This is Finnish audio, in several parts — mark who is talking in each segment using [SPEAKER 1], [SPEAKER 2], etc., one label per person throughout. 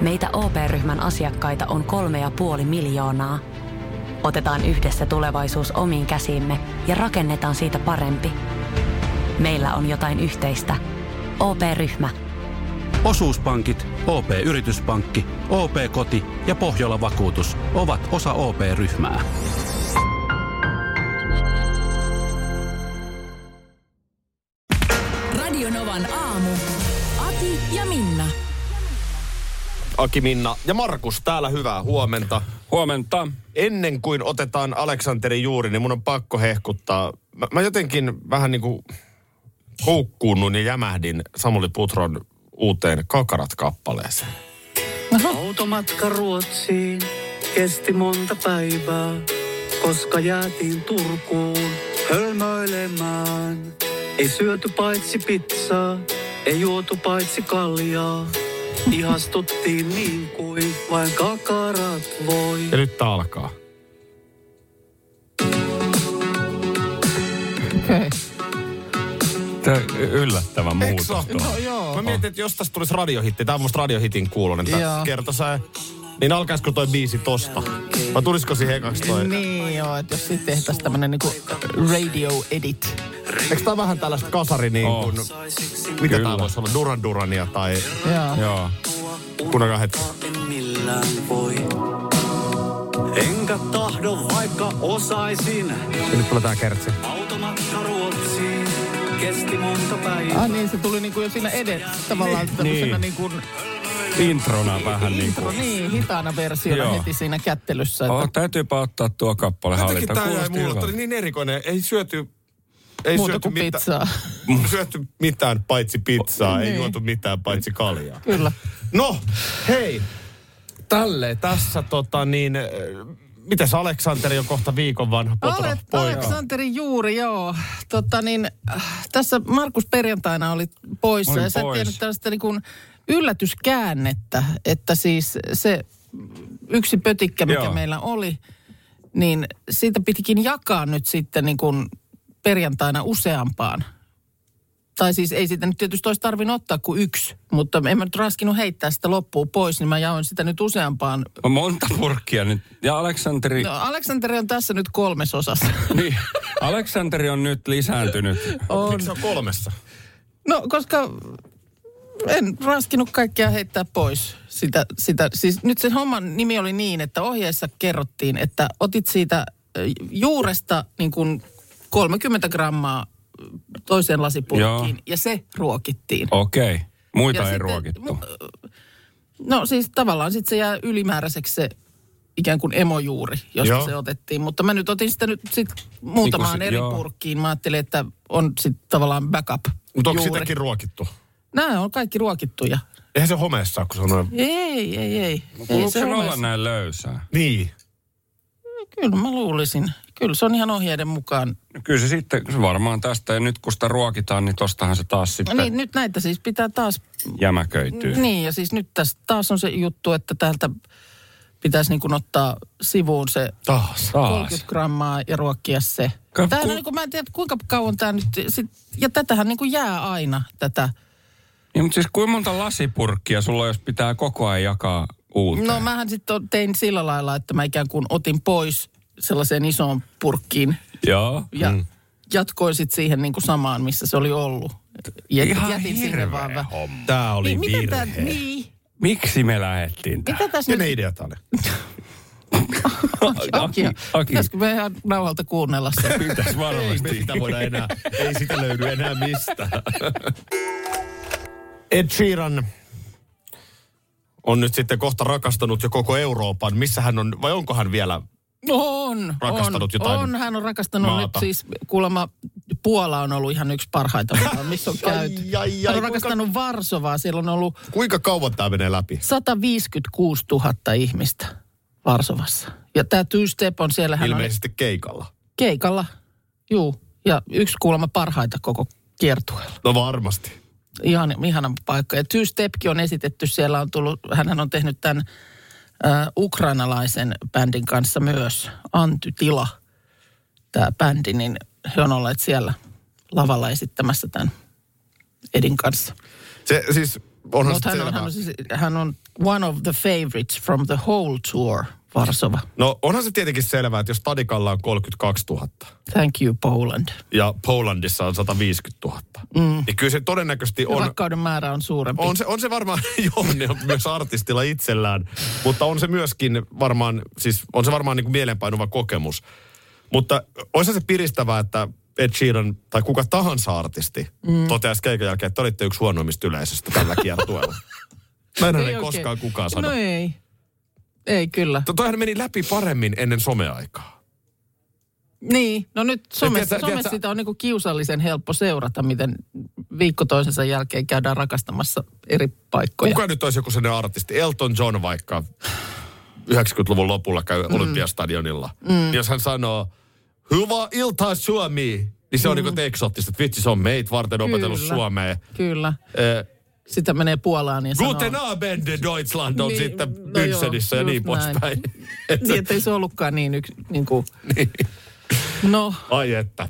[SPEAKER 1] Meitä OP-ryhmän asiakkaita on kolme ja puoli miljoonaa. Otetaan yhdessä tulevaisuus omiin käsiimme ja rakennetaan siitä parempi. Meillä on jotain yhteistä. OP-ryhmä.
[SPEAKER 2] Osuuspankit, OP-yrityspankki, OP-koti ja Pohjola-vakuutus ovat osa OP-ryhmää.
[SPEAKER 3] Radionovan aamu. Ati ja Minna.
[SPEAKER 4] Aki Minna ja Markus täällä hyvää huomenta.
[SPEAKER 5] Huomenta.
[SPEAKER 4] Ennen kuin otetaan Aleksanteri juuri, niin mun on pakko hehkuttaa. Mä, mä jotenkin vähän niin kuin koukkuunnun ja jämähdin Samuli Putron uuteen Kakarat-kappaleeseen.
[SPEAKER 6] Automatka Ruotsiin kesti monta päivää, koska jäätiin Turkuun hölmöilemään. Ei syöty paitsi pizzaa, ei juotu paitsi kaljaa. Ihastuttiin niin kuin vain kakarat voi.
[SPEAKER 4] Ja nyt tää alkaa.
[SPEAKER 5] Tämä on yllättävä muutos.
[SPEAKER 4] No, joo. Mä mietin, että jos tästä tulisi radiohitti, tämä on musta radiohitin kuulonen tässä
[SPEAKER 7] Joo.
[SPEAKER 4] kertosää. Niin alkaisiko toi biisi tosta? Vai tulisiko siihen ekaksi toi?
[SPEAKER 7] Niin joo, että jos sitten tehtäisiin tämmönen niinku radio edit.
[SPEAKER 4] Eikö tää vähän tällaista kasari niin
[SPEAKER 5] Oh.
[SPEAKER 4] kuin, mitä
[SPEAKER 5] Kyllä.
[SPEAKER 4] tää voisi olla, Duran Durania tai
[SPEAKER 7] Joo.
[SPEAKER 5] Joo.
[SPEAKER 4] kunakaan hetki.
[SPEAKER 6] en millään voi. Enkä tahdo, vaikka osaisin.
[SPEAKER 4] Ja nyt tulee tää kertsi.
[SPEAKER 6] Automatka Ruotsiin kesti monta päivää.
[SPEAKER 7] Ah niin, se tuli niinku jo siinä edet tavallaan tämmöisenä
[SPEAKER 5] Niin.
[SPEAKER 7] niinku
[SPEAKER 5] Introna vähän niin
[SPEAKER 7] intro,
[SPEAKER 5] kuin.
[SPEAKER 7] niin, hitaana versiona
[SPEAKER 5] Joo.
[SPEAKER 7] heti siinä kättelyssä. Että,
[SPEAKER 5] Oh, täytyypä ottaa tuo kappale
[SPEAKER 4] Jotenkin
[SPEAKER 5] hallintaan.
[SPEAKER 4] tää jäi
[SPEAKER 5] Kuulosti
[SPEAKER 4] mulle, tää oli
[SPEAKER 5] hyvältä.
[SPEAKER 4] niin erikoinen. Ei syöty... Ei
[SPEAKER 7] muuta
[SPEAKER 4] syöty
[SPEAKER 7] kuin
[SPEAKER 4] mitään-
[SPEAKER 7] pizzaa.
[SPEAKER 4] syöty mitään paitsi pizzaa, ei
[SPEAKER 7] Niin.
[SPEAKER 4] juotu mitään paitsi kaljaa.
[SPEAKER 7] Kyllä.
[SPEAKER 4] No, hei! Tälle tässä tota niin... äh, Mites Aleksanteri on kohta viikon vanha
[SPEAKER 5] Tuota,
[SPEAKER 4] potra
[SPEAKER 7] Ale-
[SPEAKER 4] poika?
[SPEAKER 7] Aleksanteri Juuri, joo. Totta niin, äh, tässä Markus perjantaina oli
[SPEAKER 5] Mä
[SPEAKER 7] poissa
[SPEAKER 5] olin
[SPEAKER 7] ja sä et
[SPEAKER 5] pois.
[SPEAKER 7] tiennyt tällaista niin kuin yllätyskäännettä, että siis se yksi pötikkä, mikä
[SPEAKER 5] Joo.
[SPEAKER 7] meillä oli, niin siitä pitikin jakaa nyt sitten niin kuin perjantaina useampaan. Tai siis ei sitä nyt tietysti olisi tarvinnut ottaa kuin yksi, mutta en mä nyt raskinut heittää sitä loppuun pois, niin mä jaoin sitä nyt useampaan.
[SPEAKER 5] On monta purkkia nyt. Ja Aleksanteri,
[SPEAKER 7] No, Aleksanteri on tässä nyt kolmesosassa.
[SPEAKER 5] niin, Aleksanteri on nyt lisääntynyt.
[SPEAKER 4] Miksi se on kolmessa?
[SPEAKER 7] No, koska en raskinut kaikkea heittää pois. Sitä, sitä. Siis nyt se homman nimi oli niin, että ohjeessa kerrottiin, että otit siitä ö, juuresta niin kuin 30 grammaa ö, toiseen
[SPEAKER 5] Joo.
[SPEAKER 7] lasipurkkiin ja se ruokittiin.
[SPEAKER 5] Okei. Okay. Muita
[SPEAKER 7] Ja
[SPEAKER 5] ja ei
[SPEAKER 7] sitten-
[SPEAKER 5] ruokittu.
[SPEAKER 7] No siis tavallaan sitten se jää ylimääräiseksi se ikään kuin emojuuri, josta
[SPEAKER 4] Joo.
[SPEAKER 7] joo. se otettiin. Mutta mä nyt otin sitä nyt sit muutamaan
[SPEAKER 5] Niin kun se-
[SPEAKER 7] eri
[SPEAKER 5] joo.
[SPEAKER 7] purkkiin. Mä ajattelin, että on sitten tavallaan backup
[SPEAKER 4] Mutta onko
[SPEAKER 7] juuri.
[SPEAKER 4] sitäkin ruokittu?
[SPEAKER 7] Nämä on kaikki ruokittuja.
[SPEAKER 4] Eihän se homeessa ole, kun se on noin...
[SPEAKER 7] Ei, ei, ei. ei
[SPEAKER 5] Kuuluuko se olla näin löysää?
[SPEAKER 4] Niin.
[SPEAKER 7] Kyllä mä luulisin. Kyllä se on ihan ohjeiden mukaan.
[SPEAKER 5] No Kyllä se sitten se varmaan tästä, ja nyt kun sitä ruokitaan, niin tostahan se taas
[SPEAKER 7] No
[SPEAKER 5] sitten
[SPEAKER 7] Niin, nyt näitä siis pitää taas...
[SPEAKER 5] jämäköityy.
[SPEAKER 7] Niin, ja siis nyt tässä taas on se juttu, että täältä pitäisi niin kuin ottaa sivuun se
[SPEAKER 4] Taas.
[SPEAKER 5] Taas.
[SPEAKER 7] 30 grammaa ja ruokkia se.
[SPEAKER 5] Ka-
[SPEAKER 7] Tämä
[SPEAKER 5] ku-
[SPEAKER 7] on niin kuin, mä en tiedä, kuinka kauan tämä nyt... Sit, ja tätähän niin kuin jää aina tätä.
[SPEAKER 5] Niin, mutta siis kuinka monta lasipurkkia sulla on, jos pitää koko ajan jakaa uuteen?
[SPEAKER 7] No mähän sitten tein sillä lailla, että mä ikään kuin otin pois sellaiseen isoon purkkiin
[SPEAKER 5] Joo.
[SPEAKER 7] ja mm. jatkoin sitten siihen niin kuin samaan, missä se oli ollut. Ja
[SPEAKER 5] Ihan
[SPEAKER 7] jätin sinne
[SPEAKER 5] hirveä
[SPEAKER 7] vaan vähän.
[SPEAKER 5] homma.
[SPEAKER 4] Tää oli
[SPEAKER 7] Niin, mitä, tää,
[SPEAKER 4] virhe.
[SPEAKER 7] niin,
[SPEAKER 5] Miksi me lähettiin tähän?
[SPEAKER 7] mitä tässä
[SPEAKER 4] Kenen
[SPEAKER 7] nyt
[SPEAKER 4] idea tää oli? no,
[SPEAKER 7] Aki,
[SPEAKER 5] Aki, Aki.
[SPEAKER 7] Pitäisikö me ihan nauhalta kuunnella se?
[SPEAKER 5] Pitäis varmasti.
[SPEAKER 4] sitä voida enää, ei sitä löydy enää mistään. Ed Sheeran on nyt sitten kohta rakastanut jo koko Euroopan. Missä hän on, vai onko hän vielä?
[SPEAKER 7] No on,
[SPEAKER 4] Rakastanut
[SPEAKER 7] on,
[SPEAKER 4] jotain
[SPEAKER 7] on, hän on rakastanut
[SPEAKER 4] maata.
[SPEAKER 7] nyt siis, kuulemma Puola on ollut ihan yksi parhaita, maita, missä on käyty.
[SPEAKER 4] Ai, ai, ai,
[SPEAKER 7] hän
[SPEAKER 4] kuinka-
[SPEAKER 7] on rakastanut Varsovaa, siellä on ollut
[SPEAKER 4] Kuinka kauan tämä menee läpi?
[SPEAKER 7] 156 000 ihmistä Varsovassa. Ja tämä Tystep on siellä, hän on
[SPEAKER 4] Ilmeisesti keikalla.
[SPEAKER 7] keikalla, juu, ja yksi kuulemma parhaita koko kiertueella.
[SPEAKER 4] No varmasti.
[SPEAKER 7] ihan, ihana paikka. Ja Tystepki on esitetty, siellä on tullut, hän on tehnyt tämän ä, ukrainalaisen bändin kanssa myös, Antytila, tämä bändi, niin he on olleet siellä lavalla esittämässä tämän Edin kanssa.
[SPEAKER 4] Se siis, onhan
[SPEAKER 7] Mutta
[SPEAKER 4] No, se
[SPEAKER 7] hän, on-
[SPEAKER 4] selvää.
[SPEAKER 7] hän, on siis, hän on one of the favorites from the whole tour, Varsova.
[SPEAKER 4] No onhan se tietenkin selvää, että jos Stadikalla on 32 000
[SPEAKER 7] Thank you Poland.
[SPEAKER 4] ja Polandissa on 150 000, mm. niin kyllä se todennäköisesti
[SPEAKER 7] On,
[SPEAKER 4] on,
[SPEAKER 7] rakkauden määrä on suurempi.
[SPEAKER 4] on, se, on se varmaan jonne on myös artistilla itsellään, mutta on se myöskin varmaan, siis on se varmaan niin kuin mielenpainuva kokemus. Mutta olisi se piristävää, että Ed Sheeran tai kuka tahansa artisti mm. toteaisi keikan jälkeen, että te olitte yksi huonoimmista yleisöstä tällä kiertueella. Mä en ole
[SPEAKER 7] oikein.
[SPEAKER 4] koskaan kukaan
[SPEAKER 7] No
[SPEAKER 4] sanonut.
[SPEAKER 7] ei. Ei kyllä.
[SPEAKER 4] To- Toihan meni läpi paremmin ennen someaikaa.
[SPEAKER 7] Niin, no nyt somessa,
[SPEAKER 4] tiedätkö-
[SPEAKER 7] somessa
[SPEAKER 4] tiedätkö-
[SPEAKER 7] sitä on niinku kiusallisen helppo seurata, miten viikko toisensa jälkeen käydään rakastamassa eri paikkoja.
[SPEAKER 4] Kuka nyt olisi joku sellainen artisti? Elton John vaikka 90-luvun lopulla käy mm. Olympiastadionilla. Mm. Jos hän sanoo, hyvää iltaa Suomi, niin se on mm. niin eksoottista. että Vitsi, se on meitä varten opetellut
[SPEAKER 7] Kyllä.
[SPEAKER 4] Suomeen.
[SPEAKER 7] Kyllä.
[SPEAKER 4] Eh,
[SPEAKER 7] Sitä menee Puolaan ja sanoo,
[SPEAKER 4] Guten Abend, Deutschland on
[SPEAKER 7] Niin,
[SPEAKER 4] sitten
[SPEAKER 7] no
[SPEAKER 4] Münchenissä
[SPEAKER 7] joo,
[SPEAKER 4] ja niin
[SPEAKER 7] just
[SPEAKER 4] poispäin.
[SPEAKER 7] niin, ettei se ollutkaan niin yksi, niin kuin... No,
[SPEAKER 4] Ai että.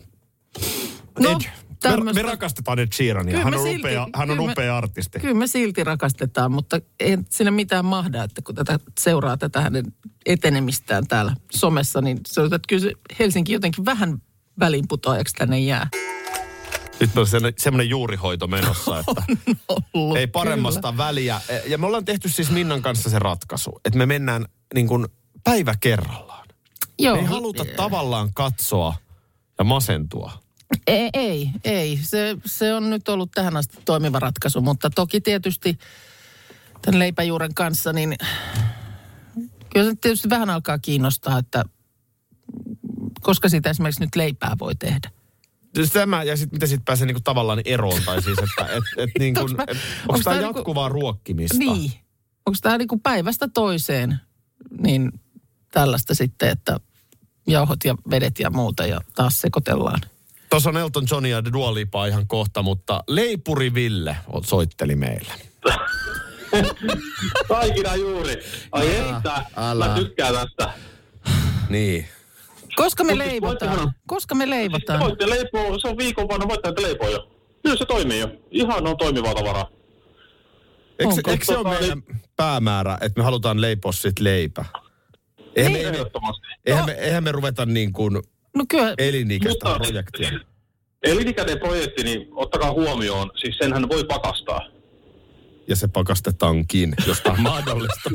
[SPEAKER 7] No,
[SPEAKER 4] Ed, me,
[SPEAKER 7] tämmöstä-
[SPEAKER 4] me rakastetaan Ed Sheerania.
[SPEAKER 7] Kyllä
[SPEAKER 4] Hän
[SPEAKER 7] me
[SPEAKER 4] on,
[SPEAKER 7] silti-
[SPEAKER 4] upea, hän on
[SPEAKER 7] kyllä me-
[SPEAKER 4] upea artisti.
[SPEAKER 7] kyllä me silti rakastetaan, mutta ei siinä mitään mahda, että kun tätä seuraa tätä hänen etenemistään täällä somessa, niin sanotaan, että kyllä se Helsinki jotenkin vähän väliinputoajaksi tänne jää.
[SPEAKER 4] Nyt on se- semmoinen juurihoito menossa, että
[SPEAKER 7] Ollut,
[SPEAKER 4] ei paremmasta väliä. E, Ja me ollaan tehty siis Minnan kanssa se ratkaisu, että me mennään niin kuin päivä kerrallaan.
[SPEAKER 7] Kyllä. Joo.
[SPEAKER 4] Me ei haluta
[SPEAKER 7] Ei-
[SPEAKER 4] tavallaan katsoa ja masentua.
[SPEAKER 7] Ei, ei, ei. Se, se on nyt ollut tähän asti toimiva ratkaisu, mutta toki tietysti tämän leipäjuuren kanssa, niin kyllä se tietysti vähän alkaa kiinnostaa, että koska siitä esimerkiksi nyt leipää voi tehdä.
[SPEAKER 4] Siis Tämä, ja sitten miten siitä pääsee niinku tavallaan eroon, tai siis, että et, et niin
[SPEAKER 7] Onks
[SPEAKER 4] kuin,
[SPEAKER 7] mä-
[SPEAKER 4] et,
[SPEAKER 7] onks
[SPEAKER 4] onko tämä
[SPEAKER 7] tää niinku-
[SPEAKER 4] jatkuvaa ruokkimista?
[SPEAKER 7] Niin. Onko tämä niinku päivästä toiseen, niin tällaista sitten, että jauhot ja vedet ja muuta ja taas sekoitellaan.
[SPEAKER 4] Tuossa on Elton John ja Dua Lipa ihan kohta, mutta Leipuri Ville on- soitteli meille.
[SPEAKER 8] Taikina juuri. Ai että,
[SPEAKER 4] älä.
[SPEAKER 8] mä tykkään tästä.
[SPEAKER 4] Niin.
[SPEAKER 7] Koska me
[SPEAKER 8] Mut siis
[SPEAKER 7] leivotaan?
[SPEAKER 8] voittehan-
[SPEAKER 7] Koska me
[SPEAKER 8] Siis
[SPEAKER 7] leivotaan?
[SPEAKER 8] te voitte leipoa, se on viikon vanha, voitte näitä leipoa jo. Kyllä se toimii jo. Ihan on toimivaa tavaraa.
[SPEAKER 4] Eikö,
[SPEAKER 7] Onko?
[SPEAKER 4] eikö se ole meidän päämäärä, että me halutaan leipoa sit leipä? Eihän
[SPEAKER 7] Niin.
[SPEAKER 4] me, eihän
[SPEAKER 8] Ehdottomasti.
[SPEAKER 4] eihän me, eihän me ruveta niin kuin
[SPEAKER 7] No kyllä,
[SPEAKER 4] elinikäistä projektia.
[SPEAKER 8] Elinikäinen projekti, niin ottakaa huomioon, siis senhän voi pakastaa.
[SPEAKER 4] Ja se pakastetaankin, jos tämä on mahdollista.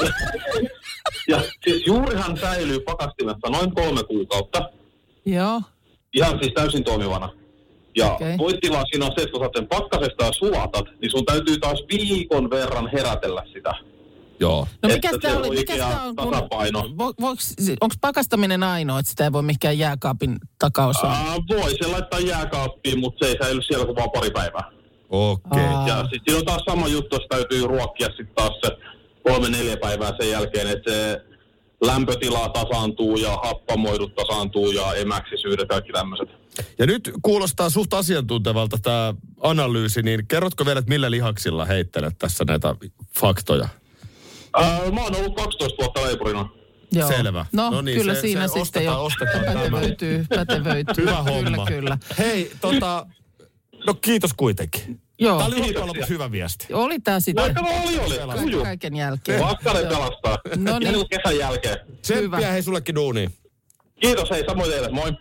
[SPEAKER 8] Ja siis juurihan säilyy pakastimessa noin kolme kuukautta.
[SPEAKER 7] joo.
[SPEAKER 8] Ihan siis täysin toimivana. Ja
[SPEAKER 7] Okei.
[SPEAKER 8] okay. pointtila siinä on se, että kun saat sen pakkasesta ja sulatat, niin sun täytyy taas viikon verran herätellä sitä.
[SPEAKER 4] Joo.
[SPEAKER 7] No
[SPEAKER 8] Että
[SPEAKER 7] mikä
[SPEAKER 8] se
[SPEAKER 7] tämä oli?
[SPEAKER 8] on
[SPEAKER 7] Mikä
[SPEAKER 8] oikea
[SPEAKER 7] tämä on?
[SPEAKER 8] tasapaino.
[SPEAKER 7] Onko pakastaminen ainoa, että sitä ei voi mihinkään jääkaapin takaosaan?
[SPEAKER 8] Äh, voi se laittaa jääkaappiin, mutta se ei säily siellä kuin vaan pari päivää.
[SPEAKER 4] Okei. Okay.
[SPEAKER 7] Aa.
[SPEAKER 8] Ja sitten siinä on taas sama juttu, että täytyy ruokkia sitten taas se kolme neljä päivää sen jälkeen, että se lämpötila tasaantuu ja happamoidut tasaantuu ja emäksisyydet kaikki tämmöiset.
[SPEAKER 4] Ja nyt kuulostaa suht asiantuntevalta tämä analyysi, niin kerrotko vielä, että millä lihaksilla heittelet tässä näitä faktoja?
[SPEAKER 8] Öö, mä oon ollut 12 vuotta leipurina.
[SPEAKER 7] Joo.
[SPEAKER 4] Selvä.
[SPEAKER 7] No,
[SPEAKER 4] No niin,
[SPEAKER 7] kyllä
[SPEAKER 4] se- se
[SPEAKER 7] siinä sitten
[SPEAKER 4] ostetaan-
[SPEAKER 7] jo
[SPEAKER 4] ostetaan tämä.
[SPEAKER 7] pätevöityy, pätevöityy.
[SPEAKER 4] Hyvä homma.
[SPEAKER 7] Kyllä, kyllä.
[SPEAKER 4] Hei, tota, no kiitos kuitenkin.
[SPEAKER 7] Joo,
[SPEAKER 4] Tämä oli loppujen lopuksi hyvä viesti.
[SPEAKER 7] oli tämä sitten
[SPEAKER 8] Vaikka oli, oli.
[SPEAKER 7] kaiken,
[SPEAKER 8] Kuju.
[SPEAKER 7] kaiken jälkeen.
[SPEAKER 8] Vakkari pelastaa.
[SPEAKER 7] niin. No niin.
[SPEAKER 8] Ihan kuin kesän jälkeen.
[SPEAKER 4] Tsemppiä hei sullekin duuniin.
[SPEAKER 8] Kiitos, hei, samoin teille. Moi.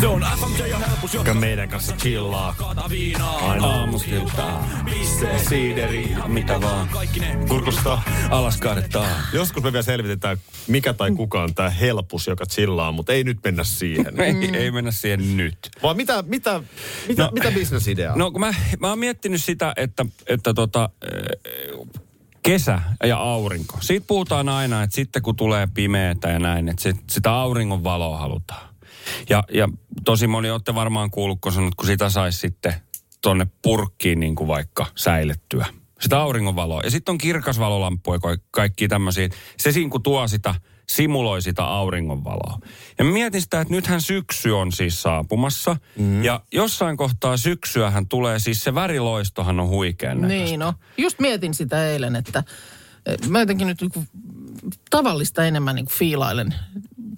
[SPEAKER 4] Se on FMJ ja helpus, joka meidän kanssa chillaa.
[SPEAKER 5] Aina aamusiltaa. Siideri, mitä vaan.
[SPEAKER 4] Kurkusta.
[SPEAKER 5] Alas kaadetaan.
[SPEAKER 4] Joskus me vielä selvitetään, mikä tai kuka on tämä helpus, joka chillaa, mutta ei nyt mennä siihen.
[SPEAKER 5] Ei, ei mennä siihen nyt.
[SPEAKER 4] Vaan mitä, mitä, mitä, no, mitä bisnesidea on?
[SPEAKER 5] No kun mä, mä oon miettinyt sitä, että, että tota, eh, kesä ja aurinko. Siitä puhutaan aina, että sitten kun tulee pimeätä ja näin, että sit, sitä auringon valoa halutaan. Ja, ja tosi moni olette varmaan kuullut, kun sanot, kun sitä saisi sitten tonne purkkiin niin kuin vaikka säilettyä. Sitä auringonvaloa. Ja sitten on kirkasvalolampuja, ka- kaikki tämmöisiä. Se siinä kun tuo sitä, simuloi sitä auringonvaloa. Ja mä mietin sitä, että nythän syksy on siis saapumassa. Mm. Ja jossain kohtaa syksyähän tulee, siis se väriloistohan on huikean näköistä.
[SPEAKER 7] Niin no, just mietin sitä eilen, että eh, mä jotenkin nyt niinku tavallista enemmän niinku fiilailen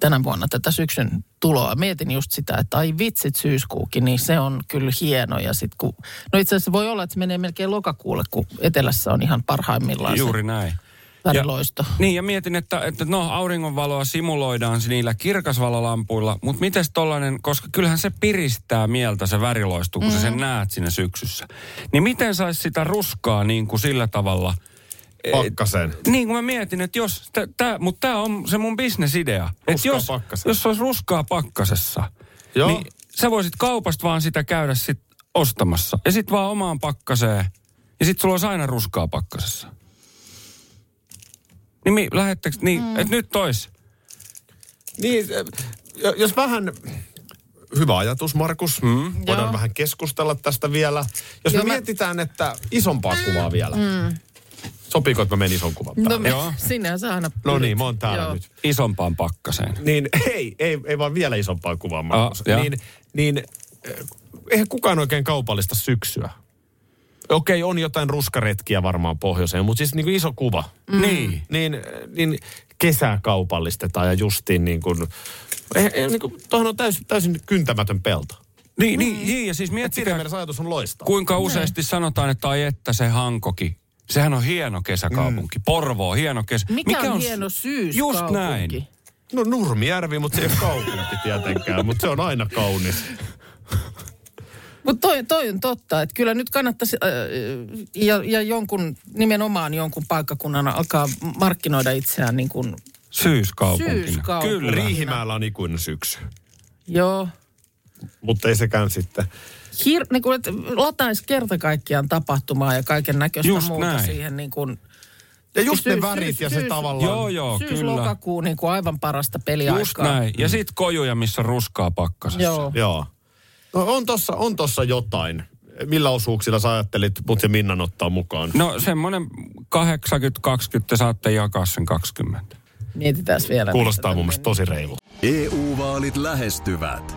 [SPEAKER 7] tänä vuonna tätä syksyn tuloa. Mietin just sitä, että ai vitsit syyskuukin, niin se on kyllä hieno. Ja sit kun, no itse asiassa voi olla, että se menee melkein lokakuulle, kun etelässä on ihan parhaimmillaan
[SPEAKER 5] Juuri näin.
[SPEAKER 7] se väriloisto.
[SPEAKER 5] Niin, ja mietin, että, että no, auringonvaloa simuloidaan niillä kirkasvalolampuilla, mutta miten tollainen, koska kyllähän se piristää mieltä se väriloistu, kun mm. sä sen näet siinä syksyssä. Niin miten saisi sitä ruskaa niin kuin sillä tavalla,
[SPEAKER 4] Pakkasen.
[SPEAKER 5] niin kuin mä mietin, että jos, tä, tä, mutta tämä on se mun bisnesidea. Että
[SPEAKER 4] Ruskaa
[SPEAKER 5] jos,
[SPEAKER 4] pakkasessa.
[SPEAKER 5] jos se olisi ruskaa pakkasessa,
[SPEAKER 4] Joo.
[SPEAKER 5] niin sä voisit kaupasta vaan sitä käydä sit ostamassa. Ja sit vaan omaan pakkaseen. Ja sit sulla olisi aina ruskaa pakkasessa. Niin mi, lähettekö, niin, mm. että nyt tois.
[SPEAKER 4] Niin, äh, jo- jos vähän... Hyvä ajatus, Markus. Mm. Voidaan
[SPEAKER 7] Joo.
[SPEAKER 4] vähän keskustella tästä vielä. Jos
[SPEAKER 7] Joo,
[SPEAKER 4] me
[SPEAKER 7] mä-
[SPEAKER 4] mietitään, että isompaa kuvaa vielä. Mm. Sopiiko, että mä menen ison kuvan päälle?
[SPEAKER 7] No,
[SPEAKER 5] Joo.
[SPEAKER 7] Joo. Sinähän sä aina
[SPEAKER 4] No niin,
[SPEAKER 7] pyrit.
[SPEAKER 4] mä oon täällä
[SPEAKER 7] Joo.
[SPEAKER 4] nyt.
[SPEAKER 5] Isompaan pakkaseen.
[SPEAKER 4] Niin ei, ei, ei vaan vielä isompaa
[SPEAKER 5] Ah,
[SPEAKER 4] kuvaa, Markus.
[SPEAKER 5] ja.
[SPEAKER 4] niin, niin eh, eihän kukaan oikein kaupallista syksyä. Okei, on jotain ruskaretkiä varmaan pohjoiseen, mutta siis niin kuin iso kuva.
[SPEAKER 5] Mm. Niin.
[SPEAKER 4] Niin, eh, niin kesää kaupallistetaan ja justiin niin kuin... Eh, eh, niin kuin tuohon on täysin, täysin kyntämätön pelto.
[SPEAKER 5] Niin, niin, niin, ja
[SPEAKER 4] Et
[SPEAKER 5] siis
[SPEAKER 4] Siinä
[SPEAKER 5] miettikää,
[SPEAKER 4] mielessä ajatus on loistava.
[SPEAKER 5] kuinka useasti sanotaan, että ai että se Hankoki. Sehän on hieno kesäkaupunki. Mm. Porvoo, hieno kesä.
[SPEAKER 7] Mikä, on, hieno syys
[SPEAKER 5] Just näin.
[SPEAKER 4] No Nurmijärvi, mutta se ei ole kaupunki tietenkään, mutta se on aina kaunis.
[SPEAKER 7] Mutta toi, toi on totta, että kyllä nyt kannattaisi, äh, ja, ja jonkun, nimenomaan jonkun paikkakunnan alkaa markkinoida itseään niin kuin,
[SPEAKER 5] Syyskaupunkina.
[SPEAKER 7] Syyskaupunkina.
[SPEAKER 5] Kyllä.
[SPEAKER 4] Riihimäellä on ikuinen syksy,
[SPEAKER 7] joo,
[SPEAKER 4] mutta ei sekään sitten.
[SPEAKER 7] hir, niin kuin, että lataisi kerta kaikkiaan tapahtumaa ja kaiken näköistä
[SPEAKER 5] Just
[SPEAKER 7] muuta
[SPEAKER 5] näin.
[SPEAKER 7] siihen niin kuin,
[SPEAKER 4] Ja just
[SPEAKER 7] Syys-
[SPEAKER 4] ne värit ja se
[SPEAKER 7] syys-
[SPEAKER 4] tavallaan...
[SPEAKER 5] Joo, joo, kyllä.
[SPEAKER 7] syys-lokakuu niin kuin aivan parasta peliaikaa.
[SPEAKER 5] Just näin. Ja sit kojuja, missä on ruskaa pakkasessa.
[SPEAKER 7] Joo.
[SPEAKER 4] Joo. No on tossa, on tossa jotain. Millä osuuksilla sä ajattelit, mut ja Minnan ottaa mukaan?
[SPEAKER 5] No semmonen 80-20, te saatte jakaa sen 20.
[SPEAKER 7] Mietitään vielä.
[SPEAKER 4] Kuulostaa mun mielestä tosi reilu.
[SPEAKER 9] EU-vaalit E lähestyvät.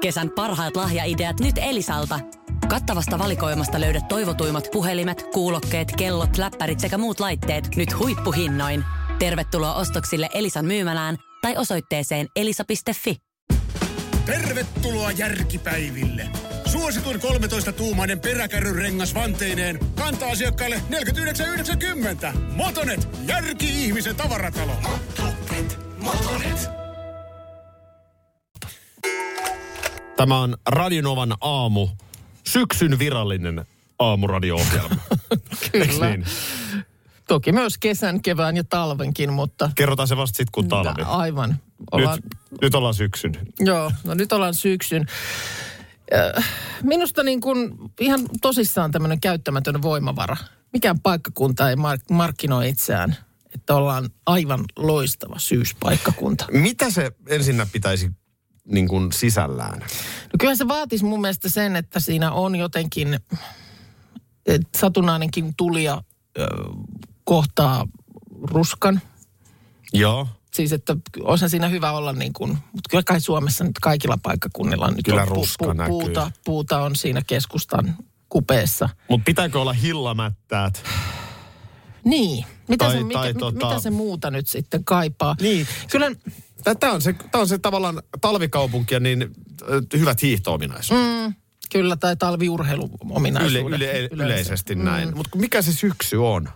[SPEAKER 1] Kesän parhaat lahjaideat nyt Elisalta. Kattavasta valikoimasta löydät toivotuimmat puhelimet, kuulokkeet, kellot, läppärit sekä muut laitteet nyt huippuhinnoin. Tervetuloa ostoksille Elisan myymälään tai osoitteeseen elisa.fi.
[SPEAKER 10] Tervetuloa järkipäiville. Suosituin 13-tuumainen peräkärryrengas vanteineen kantaa asiakkaille 49,90. Motonet, järki-ihmisen tavaratalo. Motonet, Motonet.
[SPEAKER 4] Tämä on Radionovan aamu. Syksyn virallinen aamuradio-ohjelma. Kyllä. Niin?
[SPEAKER 7] Toki myös kesän, kevään ja talvenkin, mutta
[SPEAKER 4] Kerrotaan se vasta sitten, kun talvi.
[SPEAKER 7] aivan. No, Ollaan,
[SPEAKER 4] Nyt, nyt ollaan syksyn.
[SPEAKER 7] Joo, no nyt ollaan syksyn. Äh, Minusta niin kuin ihan tosissaan tämmöinen käyttämätön voimavara. Mikään paikkakunta ei mark- markkinoi itseään, että ollaan aivan loistava syyspaikkakunta.
[SPEAKER 4] Mitä se ensinnä pitäisi niin kuin sisällään?
[SPEAKER 7] No kyllä se vaatisi mun mielestä sen, että siinä on jotenkin, että satunnainenkin tulija ö, kohtaa ruskan.
[SPEAKER 4] Joo.
[SPEAKER 7] Siis että on se siinä hyvä olla niin kuin, mutta kyllä kai Suomessa nyt kaikilla paikkakunnilla on nyt
[SPEAKER 4] Kyllä
[SPEAKER 7] on
[SPEAKER 4] ruska näkyy.
[SPEAKER 7] puuta, puuta on siinä keskustan kupeessa.
[SPEAKER 4] Mutta pitääkö olla hillamättäät?
[SPEAKER 7] Niin, mitä,
[SPEAKER 4] Tai-
[SPEAKER 7] se, mikä,
[SPEAKER 4] tai
[SPEAKER 7] mi-
[SPEAKER 4] tota-
[SPEAKER 7] mitä se muuta nyt sitten kaipaa?
[SPEAKER 4] Niin.
[SPEAKER 7] Kyllä,
[SPEAKER 4] Tämä on, se, tää on se tavallaan talvikaupunki ja niin ö, hyvät hiihtoominaisuudet.
[SPEAKER 7] Mm. kyllä tai
[SPEAKER 4] yle,
[SPEAKER 7] talviurheiluominaisuudet.
[SPEAKER 4] yle,
[SPEAKER 7] yleensä.
[SPEAKER 4] yleisesti näin. Mm. Mutta mikä se syksy on?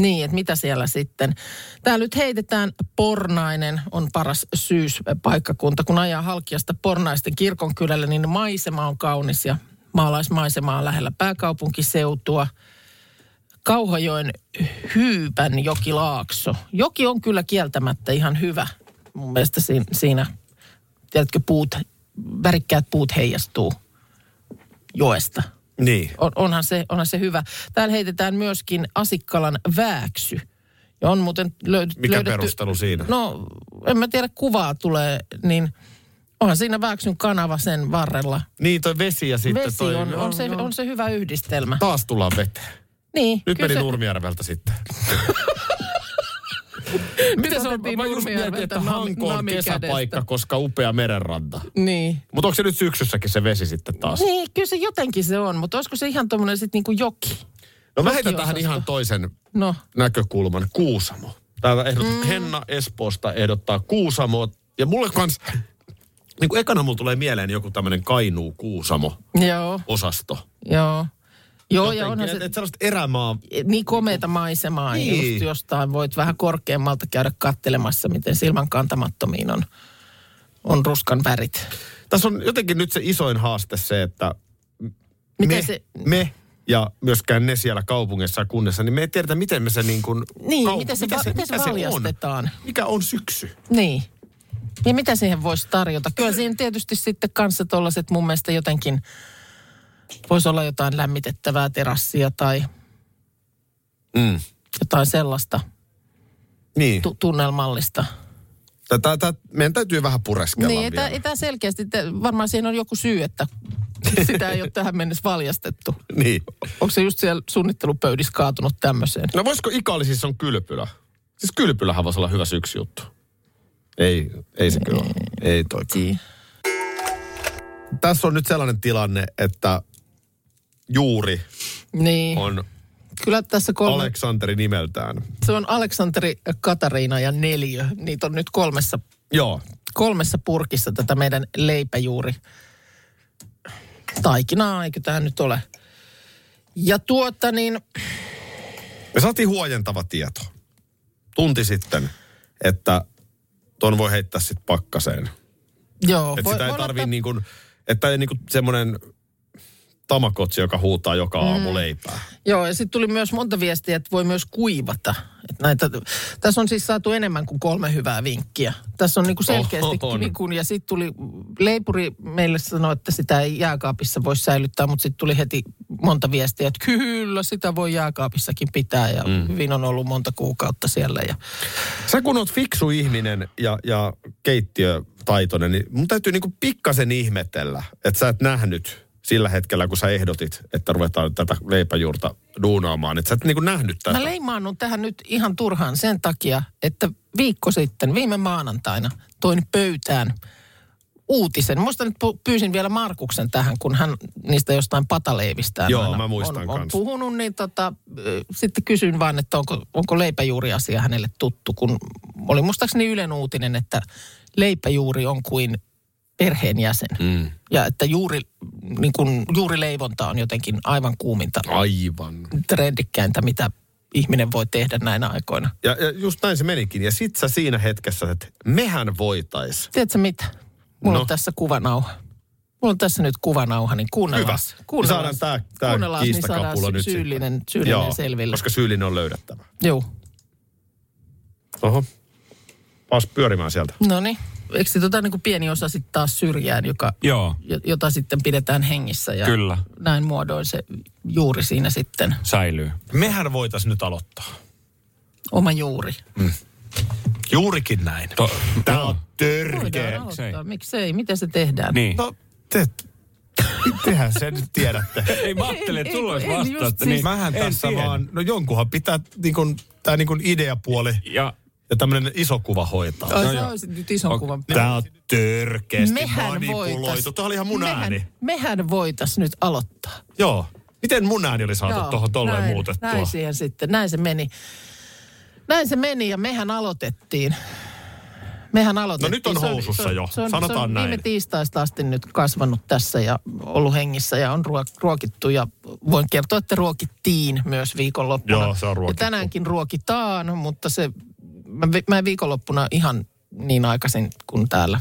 [SPEAKER 7] Niin, että mitä siellä sitten. Täällä nyt heitetään Pornainen on paras syyspaikkakunta. Kun ajaa halkiasta Pornaisten kirkonkylälle, niin maisema on kaunis ja maalaismaisema on lähellä pääkaupunkiseutua. Kauhajoen Hyypän jokilaakso. Joki on kyllä kieltämättä ihan hyvä. Mun mielestä siinä, siinä tiedätkö, puut, värikkäät puut heijastuu joesta
[SPEAKER 4] Niin.
[SPEAKER 7] on, onhan, se, onhan se hyvä. Täällä heitetään myöskin Asikkalan vääksy. Ja on muuten löyd,
[SPEAKER 4] Mikä
[SPEAKER 7] löydetty...
[SPEAKER 4] perustelu siinä?
[SPEAKER 7] No, en mä tiedä, kuvaa tulee, niin Onhan siinä Vääksyn kanava sen varrella.
[SPEAKER 4] Niin, toi vesi ja sitten
[SPEAKER 7] Vesi
[SPEAKER 4] toi...
[SPEAKER 7] on, on, se, on se hyvä yhdistelmä.
[SPEAKER 4] Taas tullaan veteen.
[SPEAKER 7] Niin,
[SPEAKER 4] Nyt
[SPEAKER 7] kyllä
[SPEAKER 4] meni
[SPEAKER 7] se-
[SPEAKER 4] Nurmijärveltä sitten. Miten se on?
[SPEAKER 7] otettiin
[SPEAKER 4] Mä just mietin,
[SPEAKER 7] Niin, Nurmijärveltä
[SPEAKER 4] että
[SPEAKER 7] nam-
[SPEAKER 4] Hanko on
[SPEAKER 7] namikädestä.
[SPEAKER 4] kesäpaikka, koska upea merenranta.
[SPEAKER 7] Niin.
[SPEAKER 4] Mutta onko se nyt syksyssäkin se vesi sitten taas?
[SPEAKER 7] Niin, kyllä se jotenkin se on, mutta olisiko se ihan tuommoinen sitten niinku joki?
[SPEAKER 4] No mä heitän
[SPEAKER 7] Toki
[SPEAKER 4] tähän
[SPEAKER 7] osasto.
[SPEAKER 4] ihan toisen
[SPEAKER 7] No,
[SPEAKER 4] näkökulman. Kuusamo. Täällä ehdot,
[SPEAKER 7] Mm.
[SPEAKER 4] Henna Espoosta ehdottaa Kuusamoa. Ja mulle kans, niin kuin ekana mulla tulee mieleen joku tämmöinen Kainuu Kuusamo-osasto.
[SPEAKER 7] joo, joo. Joo, ja onhan se
[SPEAKER 4] Et, et sellaista erämaa
[SPEAKER 7] niin komeita maisemaa, niin.
[SPEAKER 4] Niin.
[SPEAKER 7] just jostain voit vähän korkeammalta käydä kattelemassa, miten silmän kantamattomiin on, on ruskan värit.
[SPEAKER 4] Tässä on jotenkin nyt se isoin haaste se, että
[SPEAKER 7] Miten
[SPEAKER 4] me,
[SPEAKER 7] se-
[SPEAKER 4] me ja myöskään ne siellä kaupungissa ja kunnissa, niin me ei tiedetä, miten me se niin kuin...
[SPEAKER 7] Niin, miten se va- miten se valjastetaan?
[SPEAKER 4] on? Mikä on syksy?
[SPEAKER 7] Niin. Ja mitä siihen voisi tarjota? Kyllä siinä tietysti sitten kanssa tuollaiset mun mielestä jotenkin, voisi olla jotain lämmitettävää terassia tai
[SPEAKER 4] Mm.
[SPEAKER 7] jotain sellaista
[SPEAKER 4] Niin,
[SPEAKER 7] tu- tunnelmallista.
[SPEAKER 4] tätä, tätä, meidän täytyy vähän pureskella
[SPEAKER 7] niin, ei tää- ei tämä selkeästi, te- varmaan siihen on joku syy, että sitä ei ole tähän mennessä valjastettu.
[SPEAKER 4] Niin.
[SPEAKER 7] Onko se just siellä suunnittelupöydissä kaatunut tämmöiseen?
[SPEAKER 4] No voisiko Ikaalisissa on kylpylä? Siis kylpylähän voisi olla hyvä syksy juttu. Ei, ei se kyllä. ole.
[SPEAKER 7] Niin.
[SPEAKER 4] Ei toi
[SPEAKER 7] Tii.
[SPEAKER 4] Tässä on nyt sellainen tilanne, että juuri
[SPEAKER 7] Niin, on.
[SPEAKER 4] on
[SPEAKER 7] kyllä tässä kolme,
[SPEAKER 4] Aleksanteri nimeltään.
[SPEAKER 7] se on Aleksanteri, äh, Katariina ja Neliö. Niitä on nyt kolmessa,
[SPEAKER 4] Joo,
[SPEAKER 7] kolmessa purkissa tätä meidän leipäjuuri. Taikinaa, eikö tämä nyt ole? Ja tuota niin,
[SPEAKER 4] Me saatiin huojentava tieto. Tunti sitten, että ton voi heittää sit pakkaseen.
[SPEAKER 7] joo.
[SPEAKER 4] Että
[SPEAKER 7] voi-
[SPEAKER 4] sitä ei
[SPEAKER 7] voi
[SPEAKER 4] tarvii
[SPEAKER 7] laittaa-
[SPEAKER 4] niin kuin, että ei niin kuin semmoinen tamakotsi, joka huutaa joka
[SPEAKER 7] Mm.
[SPEAKER 4] aamu leipää.
[SPEAKER 7] Joo, ja sitten tuli myös monta viestiä, että voi myös kuivata. Että näitä, tässä on siis saatu enemmän kuin kolme hyvää vinkkiä. Tässä on niinku selkeästi
[SPEAKER 4] On.
[SPEAKER 7] niin kuin, ja sitten tuli, leipuri meille sanoi, että sitä ei jääkaapissa voi säilyttää, mutta sitten tuli heti monta viestiä, että kyllä sitä voi jääkaapissakin pitää ja mm. hyvin on ollut monta kuukautta siellä. Ja,
[SPEAKER 4] Sä kun oot fiksu ihminen ja, ja keittiötaitoinen, niin mun täytyy niin kuin pikkasen ihmetellä, että sä et nähnyt sillä hetkellä, kun sä ehdotit, että ruvetaan tätä leipäjuurta duunaamaan. Että sä et niin kuin nähnyt tätä.
[SPEAKER 7] mä leimaannun tähän nyt ihan turhaan sen takia, että viikko sitten, viime maanantaina, toin pöytään uutisen. Muista nyt pu- pyysin vielä Markuksen tähän, kun hän niistä jostain pataleivistään
[SPEAKER 4] Joo,
[SPEAKER 7] aina
[SPEAKER 4] mä muistan
[SPEAKER 7] on, on
[SPEAKER 4] kanssa.
[SPEAKER 7] puhunut, niin tota, ö, sitten kysyin vaan, että onko, onko leipäjuuriasia hänelle tuttu, kun oli muistaakseni Ylen uutinen, että leipäjuuri on kuin perheenjäsen. Mm. Ja että juuri, niin kun, juuri leivonta on jotenkin aivan kuuminta
[SPEAKER 4] Aivan.
[SPEAKER 7] trendikkäintä, mitä ihminen voi tehdä näinä aikoina.
[SPEAKER 4] Ja, ja just näin se menikin. Ja sit sä siinä hetkessä, että mehän voitais.
[SPEAKER 7] Tiedätkö mitä? Mulla no.
[SPEAKER 4] No.
[SPEAKER 7] on tässä kuvanauha. Mulla on tässä nyt kuvanauha, niin kuunnellaan.
[SPEAKER 4] Hyvä. Kuunnellaan. Saadaan tää, tää
[SPEAKER 7] kuunnellaan, niin
[SPEAKER 4] kiistakapula
[SPEAKER 7] saadaan
[SPEAKER 4] nyt
[SPEAKER 7] sy- syyllinen,
[SPEAKER 4] sitten.
[SPEAKER 7] syyllinen
[SPEAKER 4] Joo,
[SPEAKER 7] selville.
[SPEAKER 4] koska syyllinen on löydettävä.
[SPEAKER 7] Joo.
[SPEAKER 4] Oho. Paas pyörimään sieltä.
[SPEAKER 7] No niin. Eikö se tota niin kuin pieni osa sitten taas syrjään, joka,
[SPEAKER 5] Joo,
[SPEAKER 7] jo- jota sitten pidetään hengissä? Ja
[SPEAKER 5] Kyllä.
[SPEAKER 7] Näin muodoin se juuri siinä sitten,
[SPEAKER 5] säilyy.
[SPEAKER 4] Mehän voitais nyt aloittaa.
[SPEAKER 7] oma juuri.
[SPEAKER 4] Juurikin näin.
[SPEAKER 5] To,
[SPEAKER 4] Tää on
[SPEAKER 7] Voidaan
[SPEAKER 4] törkeä.
[SPEAKER 7] aloittaa. Miksei? Miten se tehdään?
[SPEAKER 5] niin.
[SPEAKER 4] No, te, tehän sen nyt tiedätte.
[SPEAKER 5] Ei mä ajattelin, että sulla olisi
[SPEAKER 7] en- en just
[SPEAKER 5] vastausta.
[SPEAKER 7] siis-
[SPEAKER 5] Niin,
[SPEAKER 4] Mähän
[SPEAKER 5] en
[SPEAKER 4] tässä
[SPEAKER 5] tiennyt.
[SPEAKER 4] vaan, no jonkunhan pitää niin kun, tää niin kun ideapuoli
[SPEAKER 5] Ja
[SPEAKER 4] ja tämmönen iso kuva hoitaa.
[SPEAKER 7] Ai,
[SPEAKER 5] No
[SPEAKER 7] sä
[SPEAKER 5] joo.
[SPEAKER 7] olisit nyt ison
[SPEAKER 5] Ok.
[SPEAKER 7] kuvan
[SPEAKER 4] Tää on törkeästi
[SPEAKER 7] Mehän
[SPEAKER 4] manipuloitu.
[SPEAKER 7] voitais-
[SPEAKER 4] Tämä oli ihan mun
[SPEAKER 7] mehän,
[SPEAKER 4] ääni.
[SPEAKER 7] Mehän voitais nyt aloittaa.
[SPEAKER 4] Joo. Miten mun ääni oli
[SPEAKER 7] Joo,
[SPEAKER 4] saatu tuohon tolleen
[SPEAKER 7] näin,
[SPEAKER 4] muutettua?
[SPEAKER 7] Näin siihen sitten, näin se meni. Näin se meni ja mehän aloitettiin. Mehän aloitettiin.
[SPEAKER 4] No nyt on
[SPEAKER 7] Se
[SPEAKER 4] housussa
[SPEAKER 7] se on-
[SPEAKER 4] jo,
[SPEAKER 7] se on,
[SPEAKER 4] sanotaan
[SPEAKER 7] se on Viime
[SPEAKER 4] näin.
[SPEAKER 7] tiistaista asti nyt kasvanut tässä ja ollut hengissä ja on ruok- ruokittu ja voin kertoa, että ruokittiin myös viikonloppuna.
[SPEAKER 4] Joo, se on ruokittu.
[SPEAKER 7] Ja tänäänkin ruokitaan, mutta se, mä, vi- mä en viikonloppuna ihan niin aikaisin kuin täällä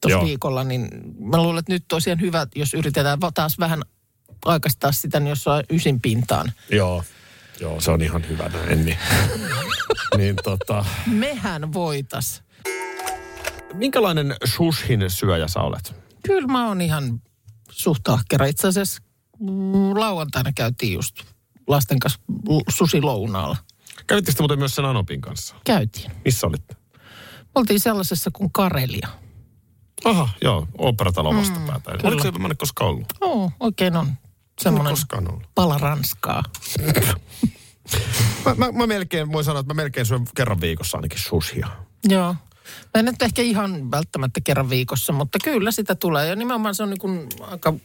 [SPEAKER 7] tuossa
[SPEAKER 4] Joo.
[SPEAKER 7] viikolla, niin mä luulen, että nyt tosiaan hyvä, jos yritetään va- taas vähän aikaistaa sitä niin jossain ysin pintaan.
[SPEAKER 4] Joo. Joo, se on ihan hyvä näin. Niin, niin tota...
[SPEAKER 7] Mehän voitas.
[SPEAKER 4] Minkälainen sushin syöjä sä olet?
[SPEAKER 7] Kyllä mä oon ihan suht ahkera. Itse asiassa mm, lauantaina käytiin just lasten kanssa l- susilounaalla.
[SPEAKER 4] Kävittekö te muuten myös sen Anopin kanssa?
[SPEAKER 7] Käytiin.
[SPEAKER 4] Missä olitte?
[SPEAKER 7] Me oltiin sellaisessa kuin Karelia.
[SPEAKER 4] Aha, joo, oopperatalo vastapäätä. Mm, Oliko se mä en ole koskaan ollut?
[SPEAKER 7] Oo, oikein on.
[SPEAKER 4] En
[SPEAKER 7] Semmoinen
[SPEAKER 4] ole koskaan ollut.
[SPEAKER 7] pala ranskaa.
[SPEAKER 4] Mä, mä, mä melkein voin sanoa, että mä melkein syön kerran viikossa ainakin sushia.
[SPEAKER 7] Joo. Mä en nyt ehkä ihan välttämättä kerran viikossa, mutta kyllä sitä tulee. Ja nimenomaan se on niin kuin aika mm,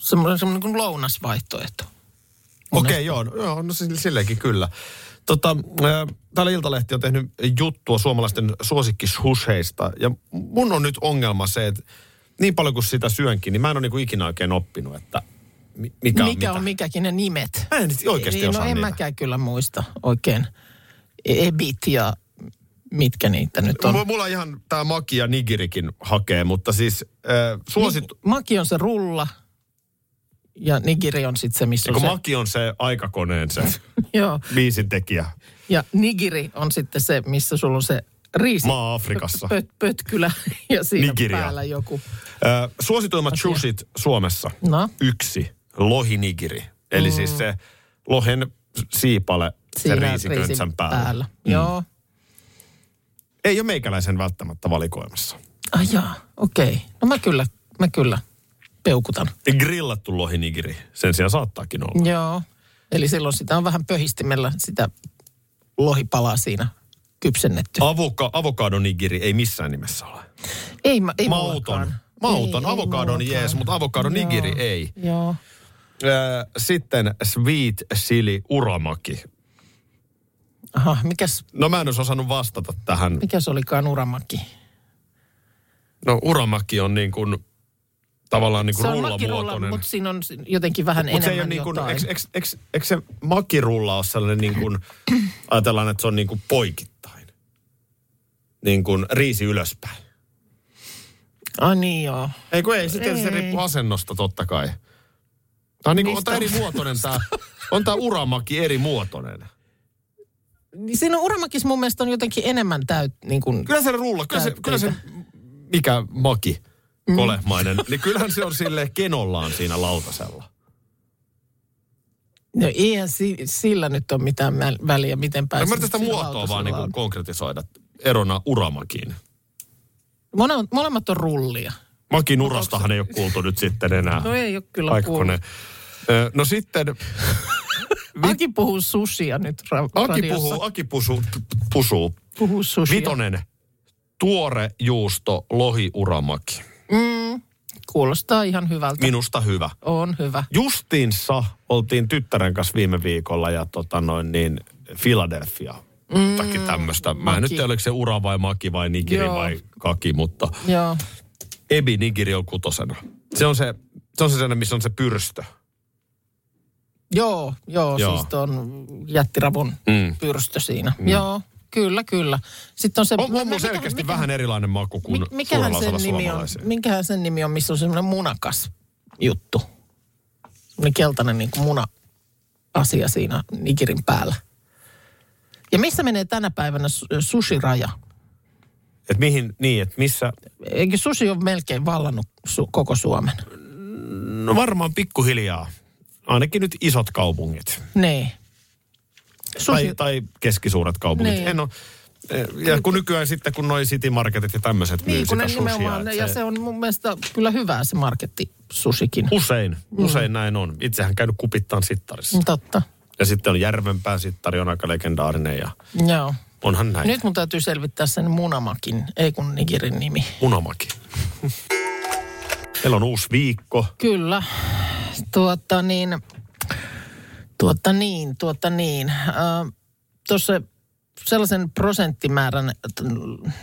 [SPEAKER 7] semmoinen, semmoinen niin kuin lounasvaihtoehto.
[SPEAKER 4] Okei, okay, joo, no- joo, no si- silleenkin kyllä. Tota, äh, täällä Iltalehti on tehnyt juttua suomalaisten suosikkishusheista, ja mun on nyt ongelma se, että niin paljon kuin sitä syönkin, niin mä en ole niinku ikinä oikein oppinut, että mi- mikä,
[SPEAKER 7] Mikä,
[SPEAKER 4] on
[SPEAKER 7] mikä
[SPEAKER 4] mitä.
[SPEAKER 7] on mikäkin ne nimet?
[SPEAKER 4] Mä en nyt oikeasti
[SPEAKER 7] Ei,
[SPEAKER 4] osaa
[SPEAKER 7] No en
[SPEAKER 4] niitä.
[SPEAKER 7] mäkään kyllä muista oikein. Ebit ja mitkä niitä nyt on.
[SPEAKER 4] M- Tota, Mulla ihan tämä maki ja nigirikin hakee, mutta siis äh, suosittu...
[SPEAKER 7] Maki on se rulla ja nigiri on sitten se, missä
[SPEAKER 4] Niin,
[SPEAKER 7] on se.
[SPEAKER 4] maki on se aikakoneen se
[SPEAKER 7] Joo.
[SPEAKER 4] biisin tekijä.
[SPEAKER 7] Ja nigiri on sitten se, missä sulla on se riisi.
[SPEAKER 4] Maa Afrikassa.
[SPEAKER 7] Pöt, pötkylä ja siinä
[SPEAKER 4] Nigeria.
[SPEAKER 7] päällä joku.
[SPEAKER 4] Ö, Suosituimmat sushit Suomessa.
[SPEAKER 7] No.
[SPEAKER 4] Yksi, lohinigiri. Eli mm. siis se lohen siipale sen
[SPEAKER 7] siinä
[SPEAKER 4] riisiköntsän
[SPEAKER 7] riisin
[SPEAKER 4] päällä. päällä.
[SPEAKER 7] Mm. Joo.
[SPEAKER 4] Ei ole meikäläisen välttämättä valikoimassa.
[SPEAKER 7] Ai jaa, okei. Okay. No mä kyllä, mä kyllä peukutan.
[SPEAKER 4] Grillattu lohinigiri. Sen sijaan saattaakin olla.
[SPEAKER 7] Joo. Eli silloin sitä on vähän pöhistimellä sitä lohipalaa siinä kypsennetty.
[SPEAKER 4] Avoka, avokadonigiri ei missään nimessä ole.
[SPEAKER 7] ei, mä, ei
[SPEAKER 4] Mauton.
[SPEAKER 7] mullakaan.
[SPEAKER 4] Mauton.
[SPEAKER 7] Ei, ei
[SPEAKER 4] Avokadon
[SPEAKER 7] mullakaan.
[SPEAKER 4] jees, mutta avokadonigiri
[SPEAKER 7] Joo.
[SPEAKER 4] ei.
[SPEAKER 7] Joo.
[SPEAKER 4] Ö, Sitten sweet chili uramaki.
[SPEAKER 7] Aha, mikäs,
[SPEAKER 4] No mä en olisi osannut vastata tähän.
[SPEAKER 7] mikäs olikaan uramaki?
[SPEAKER 4] No uramaki on niin kuin tavallaan niin kuin
[SPEAKER 7] se on makirulla,
[SPEAKER 4] rullamuotoinen.
[SPEAKER 7] mutta siinä on si- jotenkin vähän
[SPEAKER 4] Mutta se ei ole
[SPEAKER 7] enemmän
[SPEAKER 4] niin kuin,
[SPEAKER 7] jotain.
[SPEAKER 4] eikö, eikö, eikö, eikö se makirulla ole sellainen niin kuin, ajatellaan, että se on niin kuin poikittain. Niin kuin riisi ylöspäin.
[SPEAKER 7] Ai niin joo.
[SPEAKER 4] Ei kun ei, sitten se riippuu asennosta totta kai. Tämä on, niin kuin, on tää eri muotoinen tämä, on tämä uramaki eri muotoinen.
[SPEAKER 7] Niin Siinä on uramakis mun mielestä on jotenkin enemmän täyt, niin kuin,
[SPEAKER 4] Kyllä se rulla, kyllä se, kyllä se mikä maki
[SPEAKER 7] Mm.
[SPEAKER 4] kolehmainen, niin kyllähän se on sille kenollaan siinä lautasella.
[SPEAKER 7] no eihän si, sillä nyt ole mitään mä- väliä, miten
[SPEAKER 4] Mä
[SPEAKER 7] pääsee.
[SPEAKER 4] yritän sitä muotoa vaan niin kuin konkretisoida erona uramakiin.
[SPEAKER 7] Mone, molemmat on rullia.
[SPEAKER 4] Makin urastahan ei ole kuultu nyt sitten enää.
[SPEAKER 7] No ei ole kyllä
[SPEAKER 4] Kaikkonen. Ö, No sitten
[SPEAKER 7] kuullut. Aki puhuu susia nyt ra-
[SPEAKER 4] Aki
[SPEAKER 7] radiossa.
[SPEAKER 4] puhuu, Aki pusu, p- pusuu.
[SPEAKER 7] puhuu susia.
[SPEAKER 4] Vitonen. Tuore juusto lohiuramaki.
[SPEAKER 7] Kuulostaa ihan hyvältä.
[SPEAKER 4] Minusta hyvä.
[SPEAKER 7] on hyvä.
[SPEAKER 4] Justiinsa oltiin tyttären kanssa viime viikolla ja tota noin niin Philadelphia. Mm, tämmöistä. Mä en nyt tiedä, oliko se ura vai maki vai nigiri
[SPEAKER 7] Joo.
[SPEAKER 4] vai kaki, mutta
[SPEAKER 7] Joo.
[SPEAKER 4] ebi nigiri on kutosena. Se on se, se on se sellainen, missä on se pyrstö.
[SPEAKER 7] Joo, joo,
[SPEAKER 4] Joo.
[SPEAKER 7] joo, siis tuon jättiravun
[SPEAKER 4] Mm.
[SPEAKER 7] mm. pyrstö siinä. Mm. Joo, kyllä, kyllä. Sitten on se...
[SPEAKER 4] On, on
[SPEAKER 7] Mikä-
[SPEAKER 4] mun selkeästi
[SPEAKER 7] mikä-
[SPEAKER 4] vähän erilainen maku kuin
[SPEAKER 7] mi- mikähän sen nimi on, Mikähän sen nimi on, missä on semmoinen munakas juttu? Semmoinen keltainen niin kuin muna-asia siinä nikirin päällä. Ja missä menee tänä päivänä su- sushiraja?
[SPEAKER 4] Et mihin, niin, että missä...
[SPEAKER 7] Eikö sushi ole melkein vallannut su- koko Suomen?
[SPEAKER 4] No varmaan pikkuhiljaa. Ainakin nyt isot kaupungit.
[SPEAKER 7] Niin.
[SPEAKER 4] Tai,
[SPEAKER 7] Sushi,
[SPEAKER 4] tai keskisuuret kaupungit.
[SPEAKER 7] Niin.
[SPEAKER 4] En oo, eh, ja kun nykyään sitten, kun noi city marketit ja tämmöiset myy
[SPEAKER 7] niin kun
[SPEAKER 4] sitä
[SPEAKER 7] ne
[SPEAKER 4] sushia.
[SPEAKER 7] nimenomaan,
[SPEAKER 4] et
[SPEAKER 7] ja se on mun mielestä kyllä hyvää se marketti sushikin.
[SPEAKER 4] Usein,
[SPEAKER 7] Mm.
[SPEAKER 4] usein näin on. Itsehän käynyt kupittaan sittarissa.
[SPEAKER 7] Totta,
[SPEAKER 4] Ja sitten on Järvenpään sittari, on aika legendaarinen ja
[SPEAKER 7] joo.
[SPEAKER 4] onhan näin.
[SPEAKER 7] Nyt mun täytyy selvittää sen munamakin, ei kun nigirin nimi.
[SPEAKER 4] Munamaki. Meillä on uusi viikko.
[SPEAKER 7] Kyllä. Tuota niin, tuota niin, tuota niin. Äh, Tuossa sellaisen prosenttimäärän t-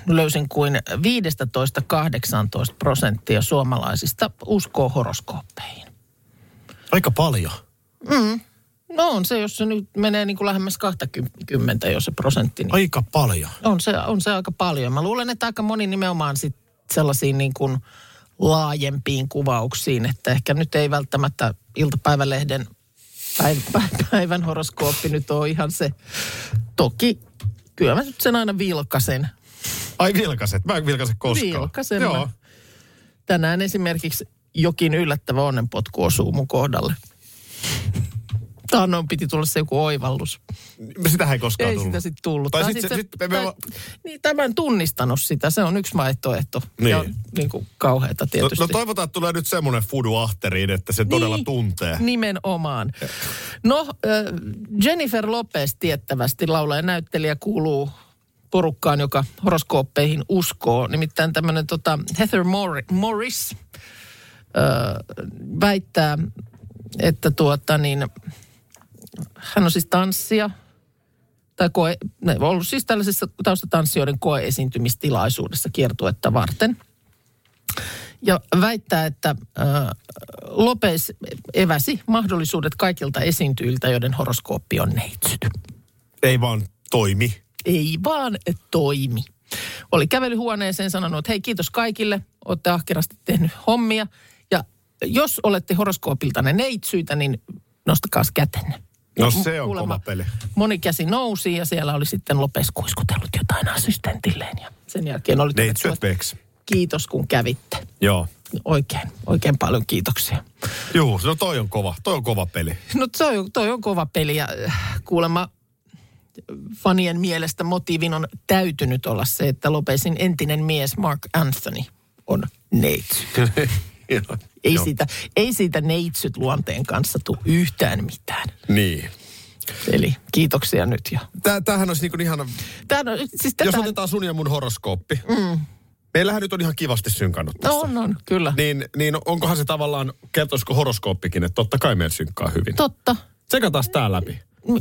[SPEAKER 7] löysin kuin 15-18 prosenttia suomalaisista uskoo horoskooppeihin.
[SPEAKER 4] Aika paljon.
[SPEAKER 7] No on se, jos se nyt menee niin kuin lähemmäs 20 jo se prosentti. Niin
[SPEAKER 4] Aika paljon.
[SPEAKER 7] on, se, on se aika paljon. Mä luulen, että aika moni nimenomaan sit sellaisiin niin kuin laajempiin kuvauksiin, että ehkä nyt ei välttämättä iltapäivälehden päiv- pä- päivän horoskooppi nyt ole ihan se. Toki kyllä mä nyt sen aina vilkasen.
[SPEAKER 4] Ai vilkaset. Mä en vilkase koskaan.
[SPEAKER 7] Vilkasen
[SPEAKER 4] Joo.
[SPEAKER 7] mä. Tänään esimerkiksi jokin yllättävä onnenpotku osuu mun kohdalle. Taannoin piti tulla se joku oivallus.
[SPEAKER 4] Sitähän ei koskaan
[SPEAKER 7] Ei
[SPEAKER 4] tullut.
[SPEAKER 7] sitä sitten tullut.
[SPEAKER 4] Tai
[SPEAKER 7] Tai
[SPEAKER 4] sit
[SPEAKER 7] sit
[SPEAKER 4] se-
[SPEAKER 7] se,
[SPEAKER 4] sit me- no- me
[SPEAKER 7] tai,
[SPEAKER 4] va-
[SPEAKER 7] niin, tämä en tunnistanut sitä. Se on yksi vaihtoehto.
[SPEAKER 4] Niin.
[SPEAKER 7] Ja on niin kuin kauheata
[SPEAKER 4] No,
[SPEAKER 7] tietysti. Niin.
[SPEAKER 4] no toivotaan, että tulee nyt semmoinen fudu ahteriin, että se todella tuntee.
[SPEAKER 7] Nimenomaan. No, äh, Jennifer Lopez tiettävästi laulaja ja näyttelijä kuuluu porukkaan, joka horoskooppeihin uskoo. Nimittäin tämmöinen tota, Heather Mor- Morris äh, väittää, että tuota niin, hän on siis tanssija, tai koe, ne on ollut siis tällaisessa taustatanssijoiden koeesiintymistilaisuudessa kiertuetta varten – ja väittää, että äh, Lopes eväsi mahdollisuudet kaikilta esiintyjiltä, joiden horoskooppi on neitsyt.
[SPEAKER 4] Ei vaan toimi.
[SPEAKER 7] Ei vaan toimi. Oli kävelyhuoneeseen sanonut, että hei kiitos kaikille, olette ahkerasti tehnyt hommia. Ja jos olette horoskoopiltanne neitsyitä, niin nostakaa kätenne.
[SPEAKER 4] No
[SPEAKER 7] mu-
[SPEAKER 4] se on kova peli. Niin,
[SPEAKER 7] Moni käsi nousi ja siellä oli sitten Lopes kuiskutellut jotain assistentilleen. Ja sen jälkeen oli
[SPEAKER 4] Neitsyöt
[SPEAKER 7] todettu, että
[SPEAKER 4] peksi.
[SPEAKER 7] kiitos kun kävitte.
[SPEAKER 4] Joo.
[SPEAKER 7] Oikein, oikein paljon kiitoksia.
[SPEAKER 4] Juu, no toi on kova. Toi on kova peli.
[SPEAKER 7] No toi, on- toi on kova peli ja äh, kuulemma fanien mielestä motiivin on täytynyt olla se, että Lopesin entinen mies Mark Anthony on neitsyt. Ei siitä, ei siitä neitsyt luonteen kanssa tule yhtään mitään.
[SPEAKER 4] Niin.
[SPEAKER 7] Eli kiitoksia nyt. Ja...
[SPEAKER 4] Tää, tämähän olisi niinku ihan...
[SPEAKER 7] Tää, no, siis
[SPEAKER 4] Jos
[SPEAKER 7] tätä...
[SPEAKER 4] otetaan sun ja mun horoskooppi. Mm. Meillähän nyt on ihan kivasti synkannut tässä.
[SPEAKER 7] no, on, on, kyllä. Niin.
[SPEAKER 4] Niin, niin onkohan se tavallaan, kertoisiko horoskooppikin, että totta kai meillä synkkaa hyvin.
[SPEAKER 7] Totta.
[SPEAKER 4] Tsekataan tää läpi.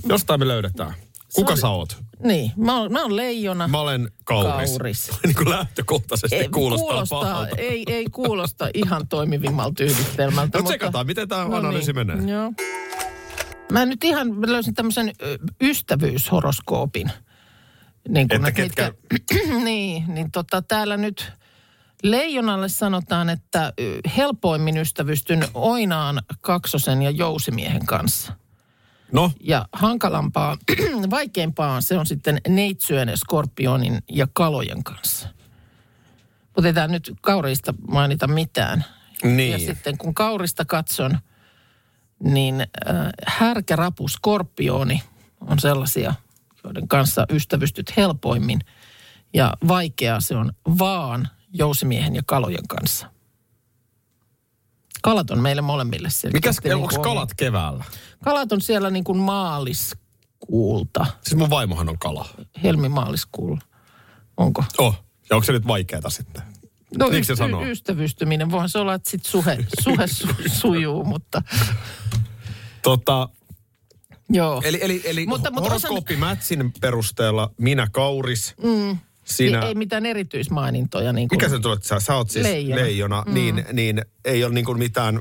[SPEAKER 4] Jostain me löydetään. Kuka sä oot?
[SPEAKER 7] Niin, mä oon, mä oon leijona.
[SPEAKER 4] Mä olen kauris.
[SPEAKER 7] Kauris.
[SPEAKER 4] niin kuin lähtökohtaisesti
[SPEAKER 7] Ei,
[SPEAKER 4] kuulostaa, pahalta.
[SPEAKER 7] Ei, ei kuulosta ihan toimivimmalta yhdistelmältä.
[SPEAKER 4] No tsekataan, miten tää analyysi
[SPEAKER 7] niin,
[SPEAKER 4] menee.
[SPEAKER 7] Joo. Mä nyt ihan löysin tämmöisen ö, ystävyyshoroskoopin. Niin
[SPEAKER 4] Että
[SPEAKER 7] et
[SPEAKER 4] ketkä-
[SPEAKER 7] niin, niin tota, täällä nyt Leijonalle sanotaan, että ö, helpoimmin ystävystyn Oinaan, Kaksosen ja Jousimiehen kanssa.
[SPEAKER 4] No,
[SPEAKER 7] Ja hankalampaa, vaikeampaa se on sitten neitsyön, skorpionin ja kalojen kanssa. Mutta ei tää nyt kauriista mainita mitään. Ja
[SPEAKER 4] niin.
[SPEAKER 7] sitten kun kaurista katson, niin äh, härkä, rapu, skorpioni on sellaisia, joiden kanssa ystävystyt helpoimmin. Ja vaikeaa se on vaan jousimiehen ja kalojen kanssa. Kalat on meille molemmille siellä.
[SPEAKER 4] Mikäs,
[SPEAKER 7] Sitten niin
[SPEAKER 4] onko
[SPEAKER 7] kuin
[SPEAKER 4] kalat keväällä?
[SPEAKER 7] Kalat on siellä niin kuin maaliskuulta,
[SPEAKER 4] Siis mun vaimohan on kala.
[SPEAKER 7] helmimaaliskuulla. Onko?
[SPEAKER 4] Oh. Ja onko se nyt vaikeeta sitten?
[SPEAKER 7] No
[SPEAKER 4] Miksi se
[SPEAKER 7] yst-
[SPEAKER 4] sanoo?
[SPEAKER 7] ystävystyminen, voihan se olla, että sit suhe, suhe su- sujuu, mutta
[SPEAKER 4] Tota,
[SPEAKER 7] joo.
[SPEAKER 4] eli eli, eli
[SPEAKER 7] Mutta-
[SPEAKER 4] mutta,
[SPEAKER 7] mutta
[SPEAKER 4] mutta
[SPEAKER 7] osan-
[SPEAKER 4] horoskooppimätsin perusteella minä kauris, mm. sinä...
[SPEAKER 7] Ei, ei mitään erityismainintoja. Niin kuin,
[SPEAKER 4] mikä se nyt on, että sä, sä oot siis leijona,
[SPEAKER 7] Leijona.
[SPEAKER 4] leijona mm. niin, niin ei ole niin kuin mitään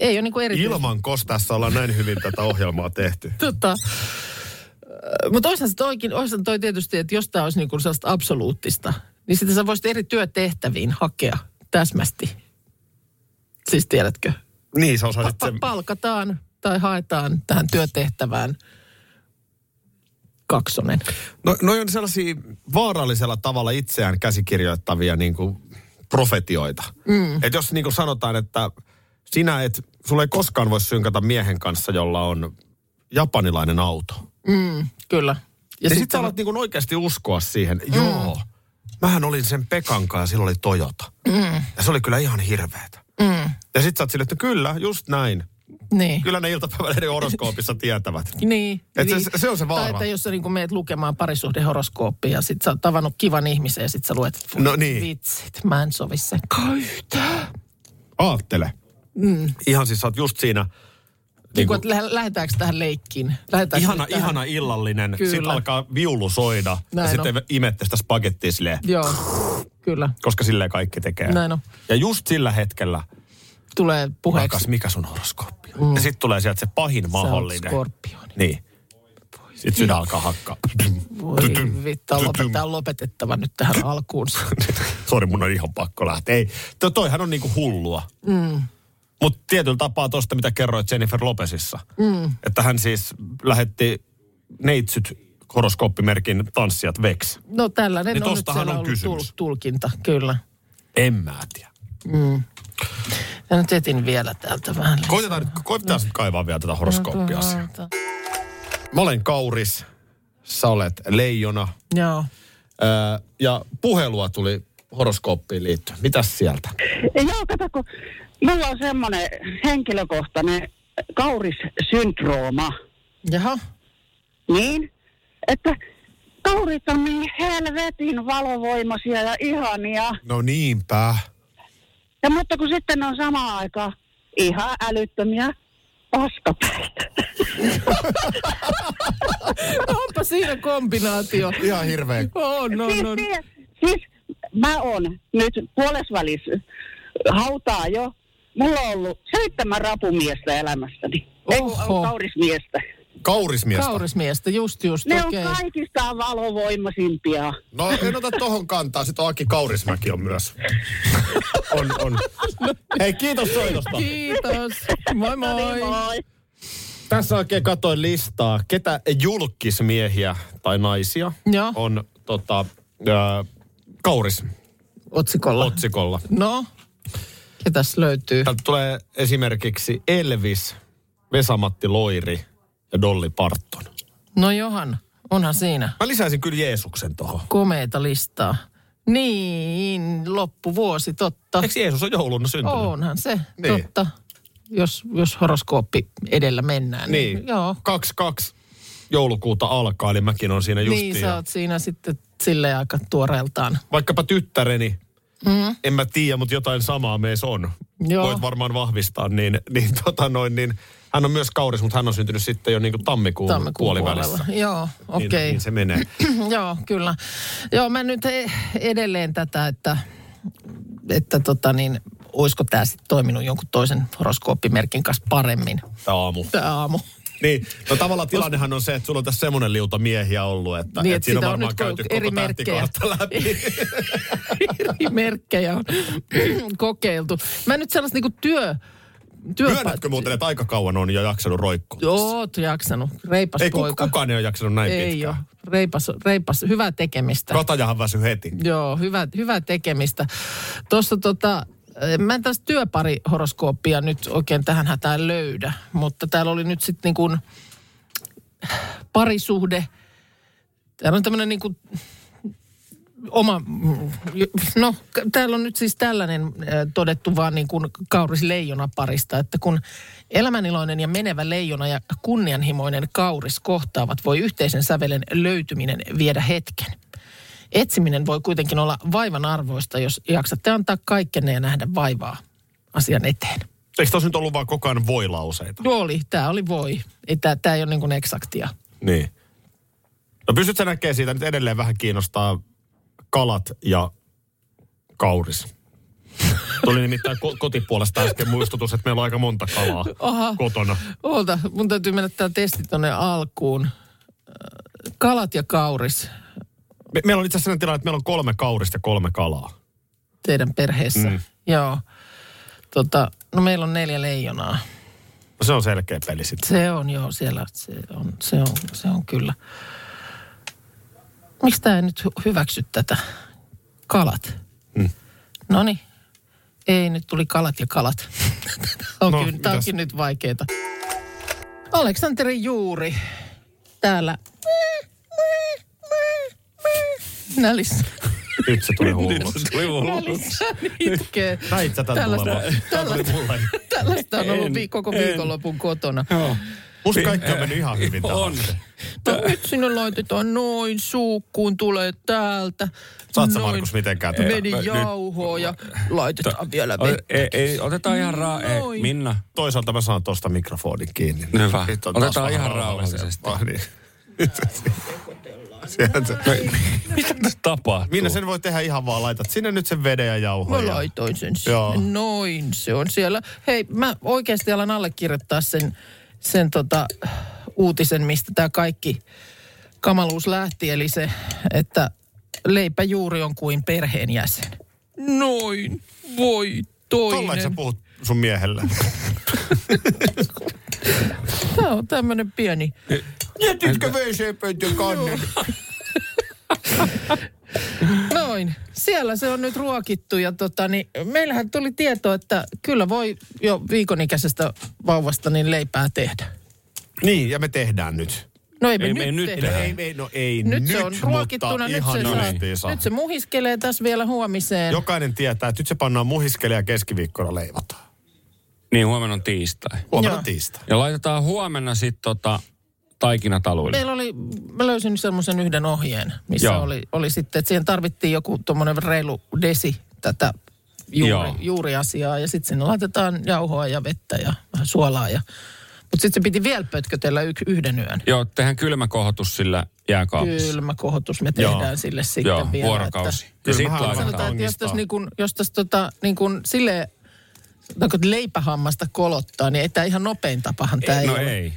[SPEAKER 7] Ei ole niin kuin erityis...
[SPEAKER 4] ilman kos tässä ollaan näin hyvin tätä ohjelmaa tehty.
[SPEAKER 7] Tota, mutta olisihan se toikin, olisihan toi tietysti, että jos tämä olisi niin kuin sellaista absoluuttista, niin sitten sä voisit eri työtehtäviin hakea täsmästi. Siis tiedätkö?
[SPEAKER 4] Niin, sä osaisit
[SPEAKER 7] Pa-
[SPEAKER 4] sen...
[SPEAKER 7] palkataan tai haetaan tähän työtehtävään kaksonen.
[SPEAKER 4] No, noi on sellaisia vaarallisella tavalla itseään käsikirjoittavia niin kuin profetioita. Mm. Et jos niin kuin sanotaan, että sinä et, sulle ei koskaan voi synkata miehen kanssa, jolla on japanilainen auto.
[SPEAKER 7] Kyllä.
[SPEAKER 4] Ja, ja sit sä alat niin kuin oikeasti uskoa siihen. Mm. Joo, mähän olin sen Pekan kanssa ja sillä oli Toyota. Mm. Ja se oli kyllä ihan hirveetä. Mm. Ja sit sä oot silleen, että kyllä, just näin.
[SPEAKER 7] Niin.
[SPEAKER 4] Kyllä ne iltapäiväleiden horoskoopissa tietävät.
[SPEAKER 7] Niin.
[SPEAKER 4] Et se-
[SPEAKER 7] niin.
[SPEAKER 4] se on se vaara.
[SPEAKER 7] Tai että jos sä niin meet lukemaan parisuhdehoroskooppia ja sit sä oot tavannut kivan ihmisen ja sit sä luet, että
[SPEAKER 4] No niin. Niinku-
[SPEAKER 7] vitsit, mä en sovi sen kautta.
[SPEAKER 4] Aattele. Mm. Ihan siis sä oot just siinä...
[SPEAKER 7] Niin kuin, että lähe- lähdetäänkö tähän leikkiin? Lähdetäänkö
[SPEAKER 4] Ihana,
[SPEAKER 7] nyt tähän?
[SPEAKER 4] ihana illallinen. Kyllä.
[SPEAKER 7] Kyllä.
[SPEAKER 4] Sitten alkaa viulu soida. Näin ja
[SPEAKER 7] Näin
[SPEAKER 4] sitten imette sitä spagettia silleen,
[SPEAKER 7] Joo, kyllä.
[SPEAKER 4] koska silleen kaikki tekee.
[SPEAKER 7] Näin on.
[SPEAKER 4] Ja just sillä hetkellä,
[SPEAKER 7] Tulee puheeksi.
[SPEAKER 4] rakas, mikä sun horoskooppi on? Mm. Ja sitten tulee sieltä se pahin mahdollinen.
[SPEAKER 7] skorpioni.
[SPEAKER 4] Niin. Sitten sydän alkaa hakkaa.
[SPEAKER 7] Voi vittu, lopetetaan lopetettava nyt tähän alkuun.
[SPEAKER 4] Sori, mun on ihan pakko lähteä. Ei, to, toihan on niinku hullua. Mm. Mutta tietyllä tapaa tosta, mitä kerroit Jennifer Lopesissa. Mm. Että hän siis lähetti neitsyt horoskooppimerkin tanssijat veksi.
[SPEAKER 7] No tällainen
[SPEAKER 4] Niin
[SPEAKER 7] on nyt
[SPEAKER 4] tostahan
[SPEAKER 7] siellä
[SPEAKER 4] on
[SPEAKER 7] ollut tul-
[SPEAKER 4] kysymys.
[SPEAKER 7] tulkinta, kyllä.
[SPEAKER 4] En mä tiedä.
[SPEAKER 7] Ja nyt etin vielä täältä vähän. lisää.
[SPEAKER 4] Koitetaan nyt, koitetaan nyt kaivaa vielä tätä horoskooppia.
[SPEAKER 7] Tuolta.
[SPEAKER 4] Mä olen Kauris, sä olet Leijona.
[SPEAKER 7] Joo.
[SPEAKER 4] Öö, ja puhelua tuli horoskooppiin liittyen. Mitäs sieltä?
[SPEAKER 11] Joo, kato, kun mulla on semmoinen henkilökohtainen kaurissyndrooma,
[SPEAKER 7] Jaha.
[SPEAKER 11] niin, että kaurit on niin helvetin valovoimaisia ja ihania,
[SPEAKER 4] No niinpä.
[SPEAKER 11] ja mutta kun sitten ne on samaan aikaan ihan älyttömiä paskapäitä.
[SPEAKER 7] Onpa siinä kombinaatio.
[SPEAKER 4] Ihan hirveä.
[SPEAKER 7] On,
[SPEAKER 11] siis,
[SPEAKER 7] on, on.
[SPEAKER 11] tie- siis mä oon nyt puolesvälis hautaa jo. Mulla on ollut seitsemän rapumiestä elämässäni. Ei kun
[SPEAKER 7] Oho.
[SPEAKER 11] kaurismiestä.
[SPEAKER 4] Kaurismiestä.
[SPEAKER 7] Kaurismiestä, just just,
[SPEAKER 11] Ne
[SPEAKER 7] okei.
[SPEAKER 11] on kaikista valovoimaisimpia.
[SPEAKER 4] No en ota tohon kantaa, sit on Aki Kaurismäki on myös. on, on. Hei, kiitos soitosta.
[SPEAKER 7] Kiitos.
[SPEAKER 11] No
[SPEAKER 7] Moi moi.
[SPEAKER 11] niin, moi.
[SPEAKER 4] Tässä oikein katoin listaa, ketä julkismiehiä tai naisia
[SPEAKER 7] Joo.
[SPEAKER 4] on tota, ää, kauris
[SPEAKER 7] Otsikolla.
[SPEAKER 4] otsikolla.
[SPEAKER 7] No, ketäs löytyy?
[SPEAKER 4] Täältä tulee esimerkiksi Elvis, Vesamatti Loiri ja Dolly Parton.
[SPEAKER 7] No Johan, onhan siinä
[SPEAKER 4] Mä lisäisin kyllä Jeesuksen tohon.
[SPEAKER 7] komeita listaa. Niin, loppuvuosi, totta.
[SPEAKER 4] Eikö Jeesus on jouluna syntynyt?
[SPEAKER 7] Onhan se,
[SPEAKER 4] Niin.
[SPEAKER 7] totta. Jos, jos horoskooppi edellä mennään. Niin,
[SPEAKER 4] Niin,
[SPEAKER 7] joo.
[SPEAKER 4] 22 joulukuuta alkaa, eli mäkin on siinä justiin.
[SPEAKER 7] niin,
[SPEAKER 4] ja-
[SPEAKER 7] sä oot siinä sitten sille aika tuoreeltaan.
[SPEAKER 4] vaikkapa tyttäreni, mm. en mä tiedä, mutta jotain samaa meissä on.
[SPEAKER 7] Mm-hmm. Joo.
[SPEAKER 4] Voit varmaan vahvistaa, niin, niin, tota noin, niin hän on myös kauris, mutta hän on syntynyt sitten jo niin kuin tammikuun,
[SPEAKER 7] Tammikuun
[SPEAKER 4] puolivälissä.
[SPEAKER 7] puolella. Joo, okei.
[SPEAKER 4] Niin, niin se menee.
[SPEAKER 7] Joo, kyllä. Joo, mä nyt e- edelleen tätä, että, että tota niin, olisiko tämä sitten toiminut jonkun toisen horoskooppimerkin kanssa paremmin
[SPEAKER 4] Tämä aamu.
[SPEAKER 7] tämä aamu.
[SPEAKER 4] Niin, no tavallaan tilannehan on se, että sulla on tässä semmoinen liuta miehiä ollut, että,
[SPEAKER 7] Niin,
[SPEAKER 4] niin,
[SPEAKER 7] että
[SPEAKER 4] että siinä on
[SPEAKER 7] sitä on
[SPEAKER 4] varmaan
[SPEAKER 7] nyt
[SPEAKER 4] käyty
[SPEAKER 7] koko-
[SPEAKER 4] koko
[SPEAKER 7] eri merkkejä.
[SPEAKER 4] tähtikaarta läpi.
[SPEAKER 7] Eri merkkejä on kokeiltu. Mä nyt sellaista niinku työ...
[SPEAKER 4] Myönnätkö muuten, että aika kauan on jo jaksanut roikkua?
[SPEAKER 7] Oot jaksanut. Reipas
[SPEAKER 4] Ei ku,
[SPEAKER 7] poika.
[SPEAKER 4] kukaan ei ole jaksanut näin
[SPEAKER 7] Ei ole.
[SPEAKER 4] pitkään.
[SPEAKER 7] Reipas, reipas. Hyvää tekemistä.
[SPEAKER 4] Katajahan väsy heti.
[SPEAKER 7] Joo, hyvä, hyvää tekemistä. Tuossa tota, eh, mä en taas työparihoroskooppia nyt oikein tähän hätään löydä, mutta täällä oli nyt sitten niin kuin parisuhde. Täällä on tämmöinen niin kuin oma, mm, no k- täällä on nyt siis tällainen eh, todettu vaan niin kuin kauris leijona parista, että kun elämäniloinen ja menevä leijona ja kunnianhimoinen kauris kohtaavat, voi yhteisen sävelen löytyminen viedä hetken. Etsiminen voi kuitenkin olla vaivan arvoista, jos jaksatte antaa kaikkenne ja nähdä vaivaa asian eteen.
[SPEAKER 4] Eikö tässä nyt ollut vaan koko ajan voi-lauseita?
[SPEAKER 7] Tuo oli, tämä oli voi. Ei, tää, tää ei ole niin kuin eksaktia.
[SPEAKER 4] Niin. No pystyt sä näkemään siitä, nyt edelleen vähän kiinnostaa kalat ja kauris. Tuli nimittäin ko- kotipuolesta äsken muistutus, että meillä on aika monta kalaa Aha. kotona.
[SPEAKER 7] Oota, mun täytyy mennä tämä testi tonne alkuun. Ö, Kalat ja kauris
[SPEAKER 4] Me- meillä on itse asiassa sellainen tilanne, että meillä on kolme kaurista ja kolme kalaa.
[SPEAKER 7] teidän perheessä. Mm. Joo. Tota, no meillä on neljä leijonaa.
[SPEAKER 4] No se on selkeä peli sitten.
[SPEAKER 7] Se on joo siellä, se on, se on, se on kyllä. Miksi tämä ei nyt hy- hyväksy tätä? Kalat. Mm. Noniin. Ei, nyt tuli kalat ja kalat. on
[SPEAKER 4] No,
[SPEAKER 7] no, kyllä, tämä
[SPEAKER 4] mitäs?
[SPEAKER 7] onkin nyt vaikeeta. Aleksanteri Juuri täällä. Nälissä.
[SPEAKER 4] Nyt se tuli hulluksi.
[SPEAKER 5] Tuli hullu.
[SPEAKER 7] Nälissään itkee.
[SPEAKER 4] Näit sä tämän
[SPEAKER 7] Tällaista-
[SPEAKER 4] tulevan? Tää tuli mulle.
[SPEAKER 7] Tällaista on ollut
[SPEAKER 5] En,
[SPEAKER 7] vi- koko
[SPEAKER 5] en.
[SPEAKER 7] viikonlopun kotona.
[SPEAKER 4] Musta kaikki on mennyt ihan hyvin tähän.
[SPEAKER 5] On.
[SPEAKER 7] No nyt sinne laitetaan noin, suukkuun tulee täältä.
[SPEAKER 4] Saat sä,
[SPEAKER 7] Noin.
[SPEAKER 4] Markus, mitenkään tuota- tätä?
[SPEAKER 7] Meni jauhoa ja laitetaan vielä
[SPEAKER 5] O-
[SPEAKER 7] vettä.
[SPEAKER 5] ei, ei, otetaan ihan raa... Ei,
[SPEAKER 7] Noin.
[SPEAKER 5] Minna.
[SPEAKER 4] Toisaalta mä saan tosta mikrofonin kiinni.
[SPEAKER 5] Hyvä.
[SPEAKER 4] Nyt on taas
[SPEAKER 5] Otetaan
[SPEAKER 4] vähän
[SPEAKER 5] ihan rauhallisesti.
[SPEAKER 4] Ah, niin. Sieltä se-
[SPEAKER 5] No, Mitä tässä tapahtuu?
[SPEAKER 4] Minna, sen voi tehdä ihan vaan, laitat sinne nyt sen veden ja jauhoja.
[SPEAKER 7] Mä No, laitoin sen
[SPEAKER 4] Joo.
[SPEAKER 7] sinne. Noin, se on siellä. Hei, mä oikeasti alan allekirjoittaa sen, sen tota, uutisen, mistä tämä kaikki kamaluus lähti. Eli se, että leipä juuri on kuin perheenjäsen. Noin, voi
[SPEAKER 4] Tollain sä
[SPEAKER 7] toinen.
[SPEAKER 4] puhut sun miehelle.
[SPEAKER 7] Tämä on tämmöinen pieni.
[SPEAKER 4] Jätitkö wc-pöytön kannen?
[SPEAKER 7] No noin. Siellä se on nyt ruokittu ja tota, niin meillähän tuli tieto, että kyllä voi jo viikonikäisestä vauvasta niin leipää tehdä.
[SPEAKER 4] Niin, ja me tehdään nyt.
[SPEAKER 7] No ei me,
[SPEAKER 5] Ei
[SPEAKER 7] nyt,
[SPEAKER 5] me nyt
[SPEAKER 7] tehdä.
[SPEAKER 5] tehdä.
[SPEAKER 4] Ei, ei, no ei
[SPEAKER 7] Nyt,
[SPEAKER 4] nyt,
[SPEAKER 7] se on ruokittuna,
[SPEAKER 4] mutta
[SPEAKER 7] nyt
[SPEAKER 4] ihan
[SPEAKER 7] se,
[SPEAKER 4] justiinsa.
[SPEAKER 7] saa, nyt se muhiskelee tässä vielä huomiseen.
[SPEAKER 4] Jokainen tietää, että nyt se pannaan muhiskele ja keskiviikkona leivotaan.
[SPEAKER 5] Niin, huomenna on tiistai.
[SPEAKER 4] Huomenna
[SPEAKER 7] Joo.
[SPEAKER 4] tiistai.
[SPEAKER 5] Ja laitetaan huomenna sitten tota, taikinataluille.
[SPEAKER 7] Meillä oli, mä löysin semmoisen yhden ohjeen, missä
[SPEAKER 5] Joo.
[SPEAKER 7] oli, oli sitten, että siihen tarvittiin joku tuommoinen reilu desi tätä juuri,
[SPEAKER 5] Joo.
[SPEAKER 7] juuriasiaa. Ja sitten sinne laitetaan jauhoa ja vettä ja vähän suolaa. Ja, mutta sitten se piti vielä pötkötellä y- yhden yön.
[SPEAKER 5] Joo, tehdään kylmä kohotus sillä jääkaapissa.
[SPEAKER 7] Kylmä kohotus me tehdään
[SPEAKER 5] Joo.
[SPEAKER 7] sille sitten
[SPEAKER 5] Joo,
[SPEAKER 7] vielä.
[SPEAKER 5] vuorokausi.
[SPEAKER 7] Että,
[SPEAKER 5] Ja
[SPEAKER 4] Kylmähän
[SPEAKER 5] sitten
[SPEAKER 4] on
[SPEAKER 5] laitetaan.
[SPEAKER 7] sanotaan, että jos
[SPEAKER 4] onnistaa.
[SPEAKER 7] tässä niin kun, jos tässä tota, niin kun sille sanotaanko, että leipähammasta kolottaa, niin ei tämä ihan nopein tapahan tämä
[SPEAKER 5] No
[SPEAKER 7] ole.
[SPEAKER 5] ei.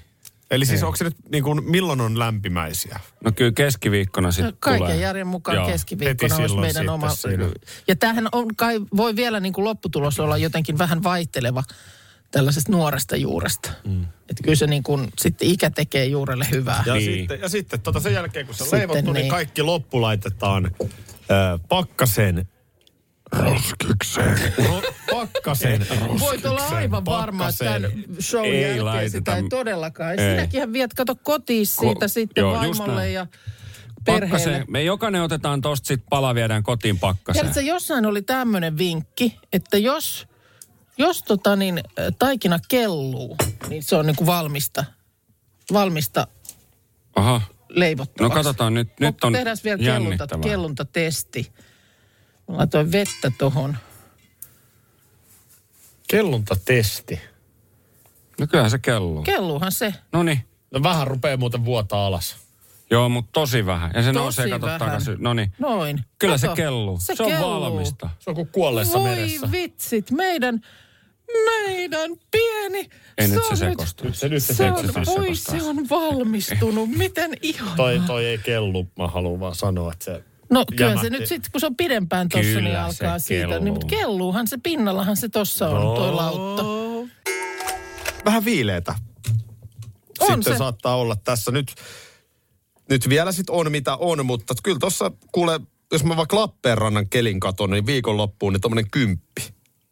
[SPEAKER 4] Eli siis onko se nyt niin kuin, milloin on lämpimäisiä?
[SPEAKER 5] No kyllä keskiviikkona
[SPEAKER 7] No,
[SPEAKER 5] sitten tulee.
[SPEAKER 7] Kaiken järjen mukaan
[SPEAKER 5] Joo.
[SPEAKER 7] keskiviikkona
[SPEAKER 4] Heti
[SPEAKER 7] olisi
[SPEAKER 4] silloin
[SPEAKER 7] meidän
[SPEAKER 4] sitten
[SPEAKER 7] oma...
[SPEAKER 4] siinä.
[SPEAKER 7] Ja tämähän on kai, voi vielä niin kuin lopputulos olla jotenkin vähän vaihteleva tällaisesta nuoresta juuresta. Mm. Että kyllä se niin kuin, sitten ikä tekee juurelle hyvää.
[SPEAKER 4] Ja
[SPEAKER 5] Niin.
[SPEAKER 4] sitten, ja sitten tota sen jälkeen, kun se on
[SPEAKER 7] Sitten
[SPEAKER 4] leivottu, niin
[SPEAKER 7] niin.
[SPEAKER 4] kaikki loppu laitetaan ö, pakkasen roskikseen. Ro, pakkasen
[SPEAKER 7] Voit olla aivan varma, että tämän
[SPEAKER 4] pakkasen.
[SPEAKER 7] shown
[SPEAKER 5] Ei
[SPEAKER 7] jälkeen
[SPEAKER 5] laiteta.
[SPEAKER 7] sitä ei todellakaan. Ei.
[SPEAKER 5] Ei.
[SPEAKER 7] Sinäkin viet, kato kotiin siitä
[SPEAKER 5] Ko-
[SPEAKER 7] sitten
[SPEAKER 5] joo, just
[SPEAKER 7] vaimolle
[SPEAKER 5] näin.
[SPEAKER 7] ja
[SPEAKER 5] Pakkaseen.
[SPEAKER 7] perheelle.
[SPEAKER 5] Me jokainen otetaan tosta sitten pala viedään kotiin pakkaseen.
[SPEAKER 7] Tiedätkö, jossain oli tämmöinen vinkki, että jos, jos tota niin, äh, taikina kelluu, niin se on niin kuin valmista, valmista
[SPEAKER 5] Aha. No
[SPEAKER 7] leivottavaksi.
[SPEAKER 5] katsotaan nyt. Nyt on
[SPEAKER 7] Tehdään vielä kellunta,
[SPEAKER 5] jännittävää.
[SPEAKER 7] kelluntatesti. Mä laitoin vettä tuohon.
[SPEAKER 4] Kelluntatesti.
[SPEAKER 5] No kyllähän se kelluu.
[SPEAKER 7] Kelluuhan se.
[SPEAKER 5] No niin.
[SPEAKER 4] No vähän rupeaa muuten vuotaa alas.
[SPEAKER 5] Joo, mutta tosi vähän. Ja se
[SPEAKER 7] Tosi
[SPEAKER 5] nousee, kato
[SPEAKER 7] vähän.
[SPEAKER 5] takaisin. No niin.
[SPEAKER 7] Noin.
[SPEAKER 5] Kyllä se
[SPEAKER 7] Kato,
[SPEAKER 5] kelluu. Se, on
[SPEAKER 7] kelluu.
[SPEAKER 5] valmista.
[SPEAKER 4] Se on kuin kuolleessa
[SPEAKER 7] Voi
[SPEAKER 4] meressä.
[SPEAKER 7] vitsit, meidän, meidän pieni.
[SPEAKER 5] Ei
[SPEAKER 7] se
[SPEAKER 5] nyt
[SPEAKER 7] on
[SPEAKER 5] se sekoistu.
[SPEAKER 4] Nyt se nyt se,
[SPEAKER 7] Se
[SPEAKER 4] se,
[SPEAKER 7] on,
[SPEAKER 5] se taas
[SPEAKER 7] voi,
[SPEAKER 5] sekoittaa.
[SPEAKER 7] se on valmistunut. Miten ihan.
[SPEAKER 4] Toi, toi ei kellu, mä haluan vaan sanoa, että se...
[SPEAKER 7] No kyllä
[SPEAKER 4] jämähti.
[SPEAKER 7] se nyt sitten, kun se on pidempään tossa, niin
[SPEAKER 5] Kyllä
[SPEAKER 7] alkaa
[SPEAKER 5] se
[SPEAKER 7] siitä. Niin,
[SPEAKER 5] kelluu.
[SPEAKER 7] mutta kelluuhan se, pinnallahan se tossa on,
[SPEAKER 4] No.
[SPEAKER 7] toi lautta.
[SPEAKER 4] Vähän viileetä.
[SPEAKER 7] On
[SPEAKER 4] Sitten
[SPEAKER 7] se.
[SPEAKER 4] saattaa olla tässä nyt... Nyt vielä sit on mitä on, mutta kyllä tossa kuule, jos mä vaikka Lappeenrannan kelin katon, niin viikonloppuun niin tommonen kymppi.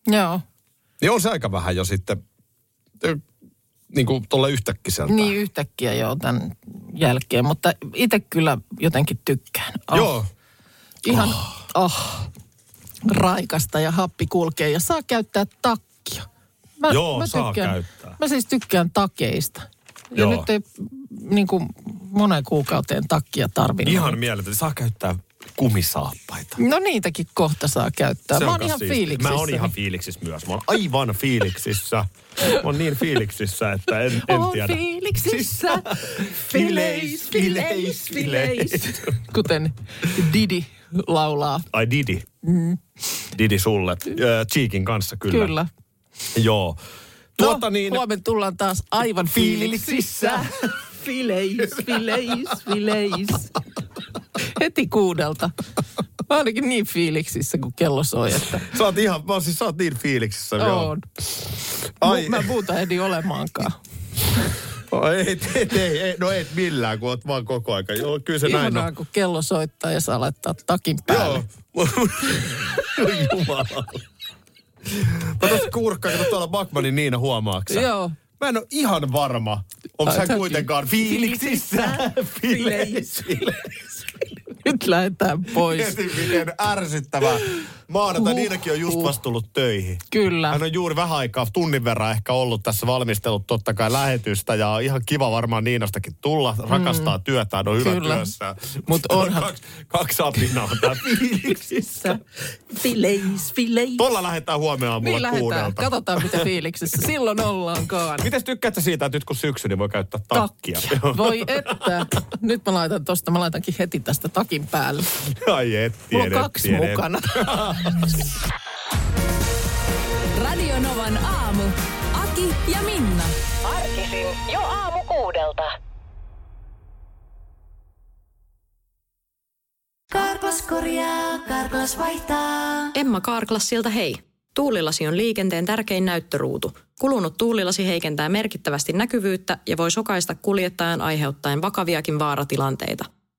[SPEAKER 7] Joo,
[SPEAKER 4] Niin on se aika vähän jo sitten, niin kuin tuolla yhtäkkiseltä.
[SPEAKER 7] niin yhtäkkiä joo tämän jälkeen, mutta itse kyllä jotenkin tykkään. Ah,
[SPEAKER 4] Oh. Joo,
[SPEAKER 7] Ihan ah, raikasta ja happi kulkee ja saa käyttää takkia. Mä,
[SPEAKER 4] Joo, saa käyttää.
[SPEAKER 7] Mä siis tykkään takeista. Ja
[SPEAKER 4] Joo.
[SPEAKER 7] nyt ei niin kuin moneen kuukauteen takia tarvinnut.
[SPEAKER 4] Niin. ihan mieletön. Saa käyttää kumisaappaita.
[SPEAKER 7] No niitäkin kohta saa käyttää.
[SPEAKER 4] Se on
[SPEAKER 7] mä oon
[SPEAKER 4] kas
[SPEAKER 7] ihan
[SPEAKER 4] siisti.
[SPEAKER 7] fiiliksissä.
[SPEAKER 4] Mä oon ihan fiiliksissä myös. Mä oon aivan fiiliksissä. Mä oon niin fiiliksissä, että en, en
[SPEAKER 7] Oon
[SPEAKER 4] tiedä. Siis-
[SPEAKER 7] fiiliksissä. Fileis, fileis, fileis. Kuten Didi laulaa.
[SPEAKER 4] Ai Didi. Didi sulle. Äh, Cheekin kanssa kyllä.
[SPEAKER 7] Mm. Kyllä.
[SPEAKER 4] Joo. Tuota
[SPEAKER 7] no,
[SPEAKER 4] niin,
[SPEAKER 7] Huomenna tullaan taas aivan fiiliksissä. fileis, fileis, fileis. Heti kuudelta. Mä ainakin niin fiiliksissä, kun kello soi, että
[SPEAKER 4] sä oot ihan, mä oon siis, sä oot niin fiiliksissä. Joo.
[SPEAKER 7] oon.
[SPEAKER 4] Ai,
[SPEAKER 7] Mu- Mä muuta ehdin olemaankaan.
[SPEAKER 4] Ai, ei, ei, ei, ei, no ei millään, kun oot vaan koko aika. Joo, kyllä se näin
[SPEAKER 7] Ihanaa,
[SPEAKER 4] on.
[SPEAKER 7] kun kello soittaa ja saa laittaa takin päälle.
[SPEAKER 4] Joo. Jumala. Mä tuossa kurkkaan, kato tuolla Backmanin Niina huomaaksä.
[SPEAKER 7] Joo.
[SPEAKER 4] Mä en ole ihan varma, onko
[SPEAKER 7] Ai,
[SPEAKER 4] hän
[SPEAKER 7] toki.
[SPEAKER 4] kuitenkaan fiiliksissä. Fileissä.
[SPEAKER 7] Nyt lähdetään pois.
[SPEAKER 4] Mietin, miten ärsyttävää. Maanantai
[SPEAKER 7] Huh,
[SPEAKER 4] Niinakin on just
[SPEAKER 7] huh.
[SPEAKER 4] vasta tullut töihin.
[SPEAKER 7] Kyllä.
[SPEAKER 4] Hän on juuri vähän aikaa, tunnin verran ehkä ollut tässä valmistellut totta kai lähetystä ja on ihan kiva varmaan Niinastakin tulla. Rakastaa työtään, on hyvä
[SPEAKER 7] Mm. Kyllä.
[SPEAKER 4] työssä.
[SPEAKER 7] Mut onhan-
[SPEAKER 4] Kaksi, kaksi apinaa on tää fiiliksissä.
[SPEAKER 7] Fileis, fileis.
[SPEAKER 4] Tuolla lähetään huomenna aamulla
[SPEAKER 7] Niin lähdetään.
[SPEAKER 4] kuudelta.
[SPEAKER 7] Katsotaan, mitä fiiliksissä silloin ollaankaan.
[SPEAKER 4] Mites tykkäätkö siitä, että nyt kun syksy, niin voi käyttää takkia?
[SPEAKER 7] Voi että. Nyt mä laitan tosta, mä laitankin heti tästä takin päälle.
[SPEAKER 4] Ai et tiedä,
[SPEAKER 7] Mulla on kaksi
[SPEAKER 4] tiedä.
[SPEAKER 7] mukana.
[SPEAKER 3] Radio Novan aamu. Aki ja Minna.
[SPEAKER 12] Arkisin jo aamu kuudelta. Karklas korjaa, Karklas vaihtaa.
[SPEAKER 13] Emma Karklas siltä hei. Tuulilasi on liikenteen tärkein näyttöruutu. Kulunut tuulilasi heikentää merkittävästi näkyvyyttä ja voi sokaista kuljettajan aiheuttaen vakaviakin vaaratilanteita.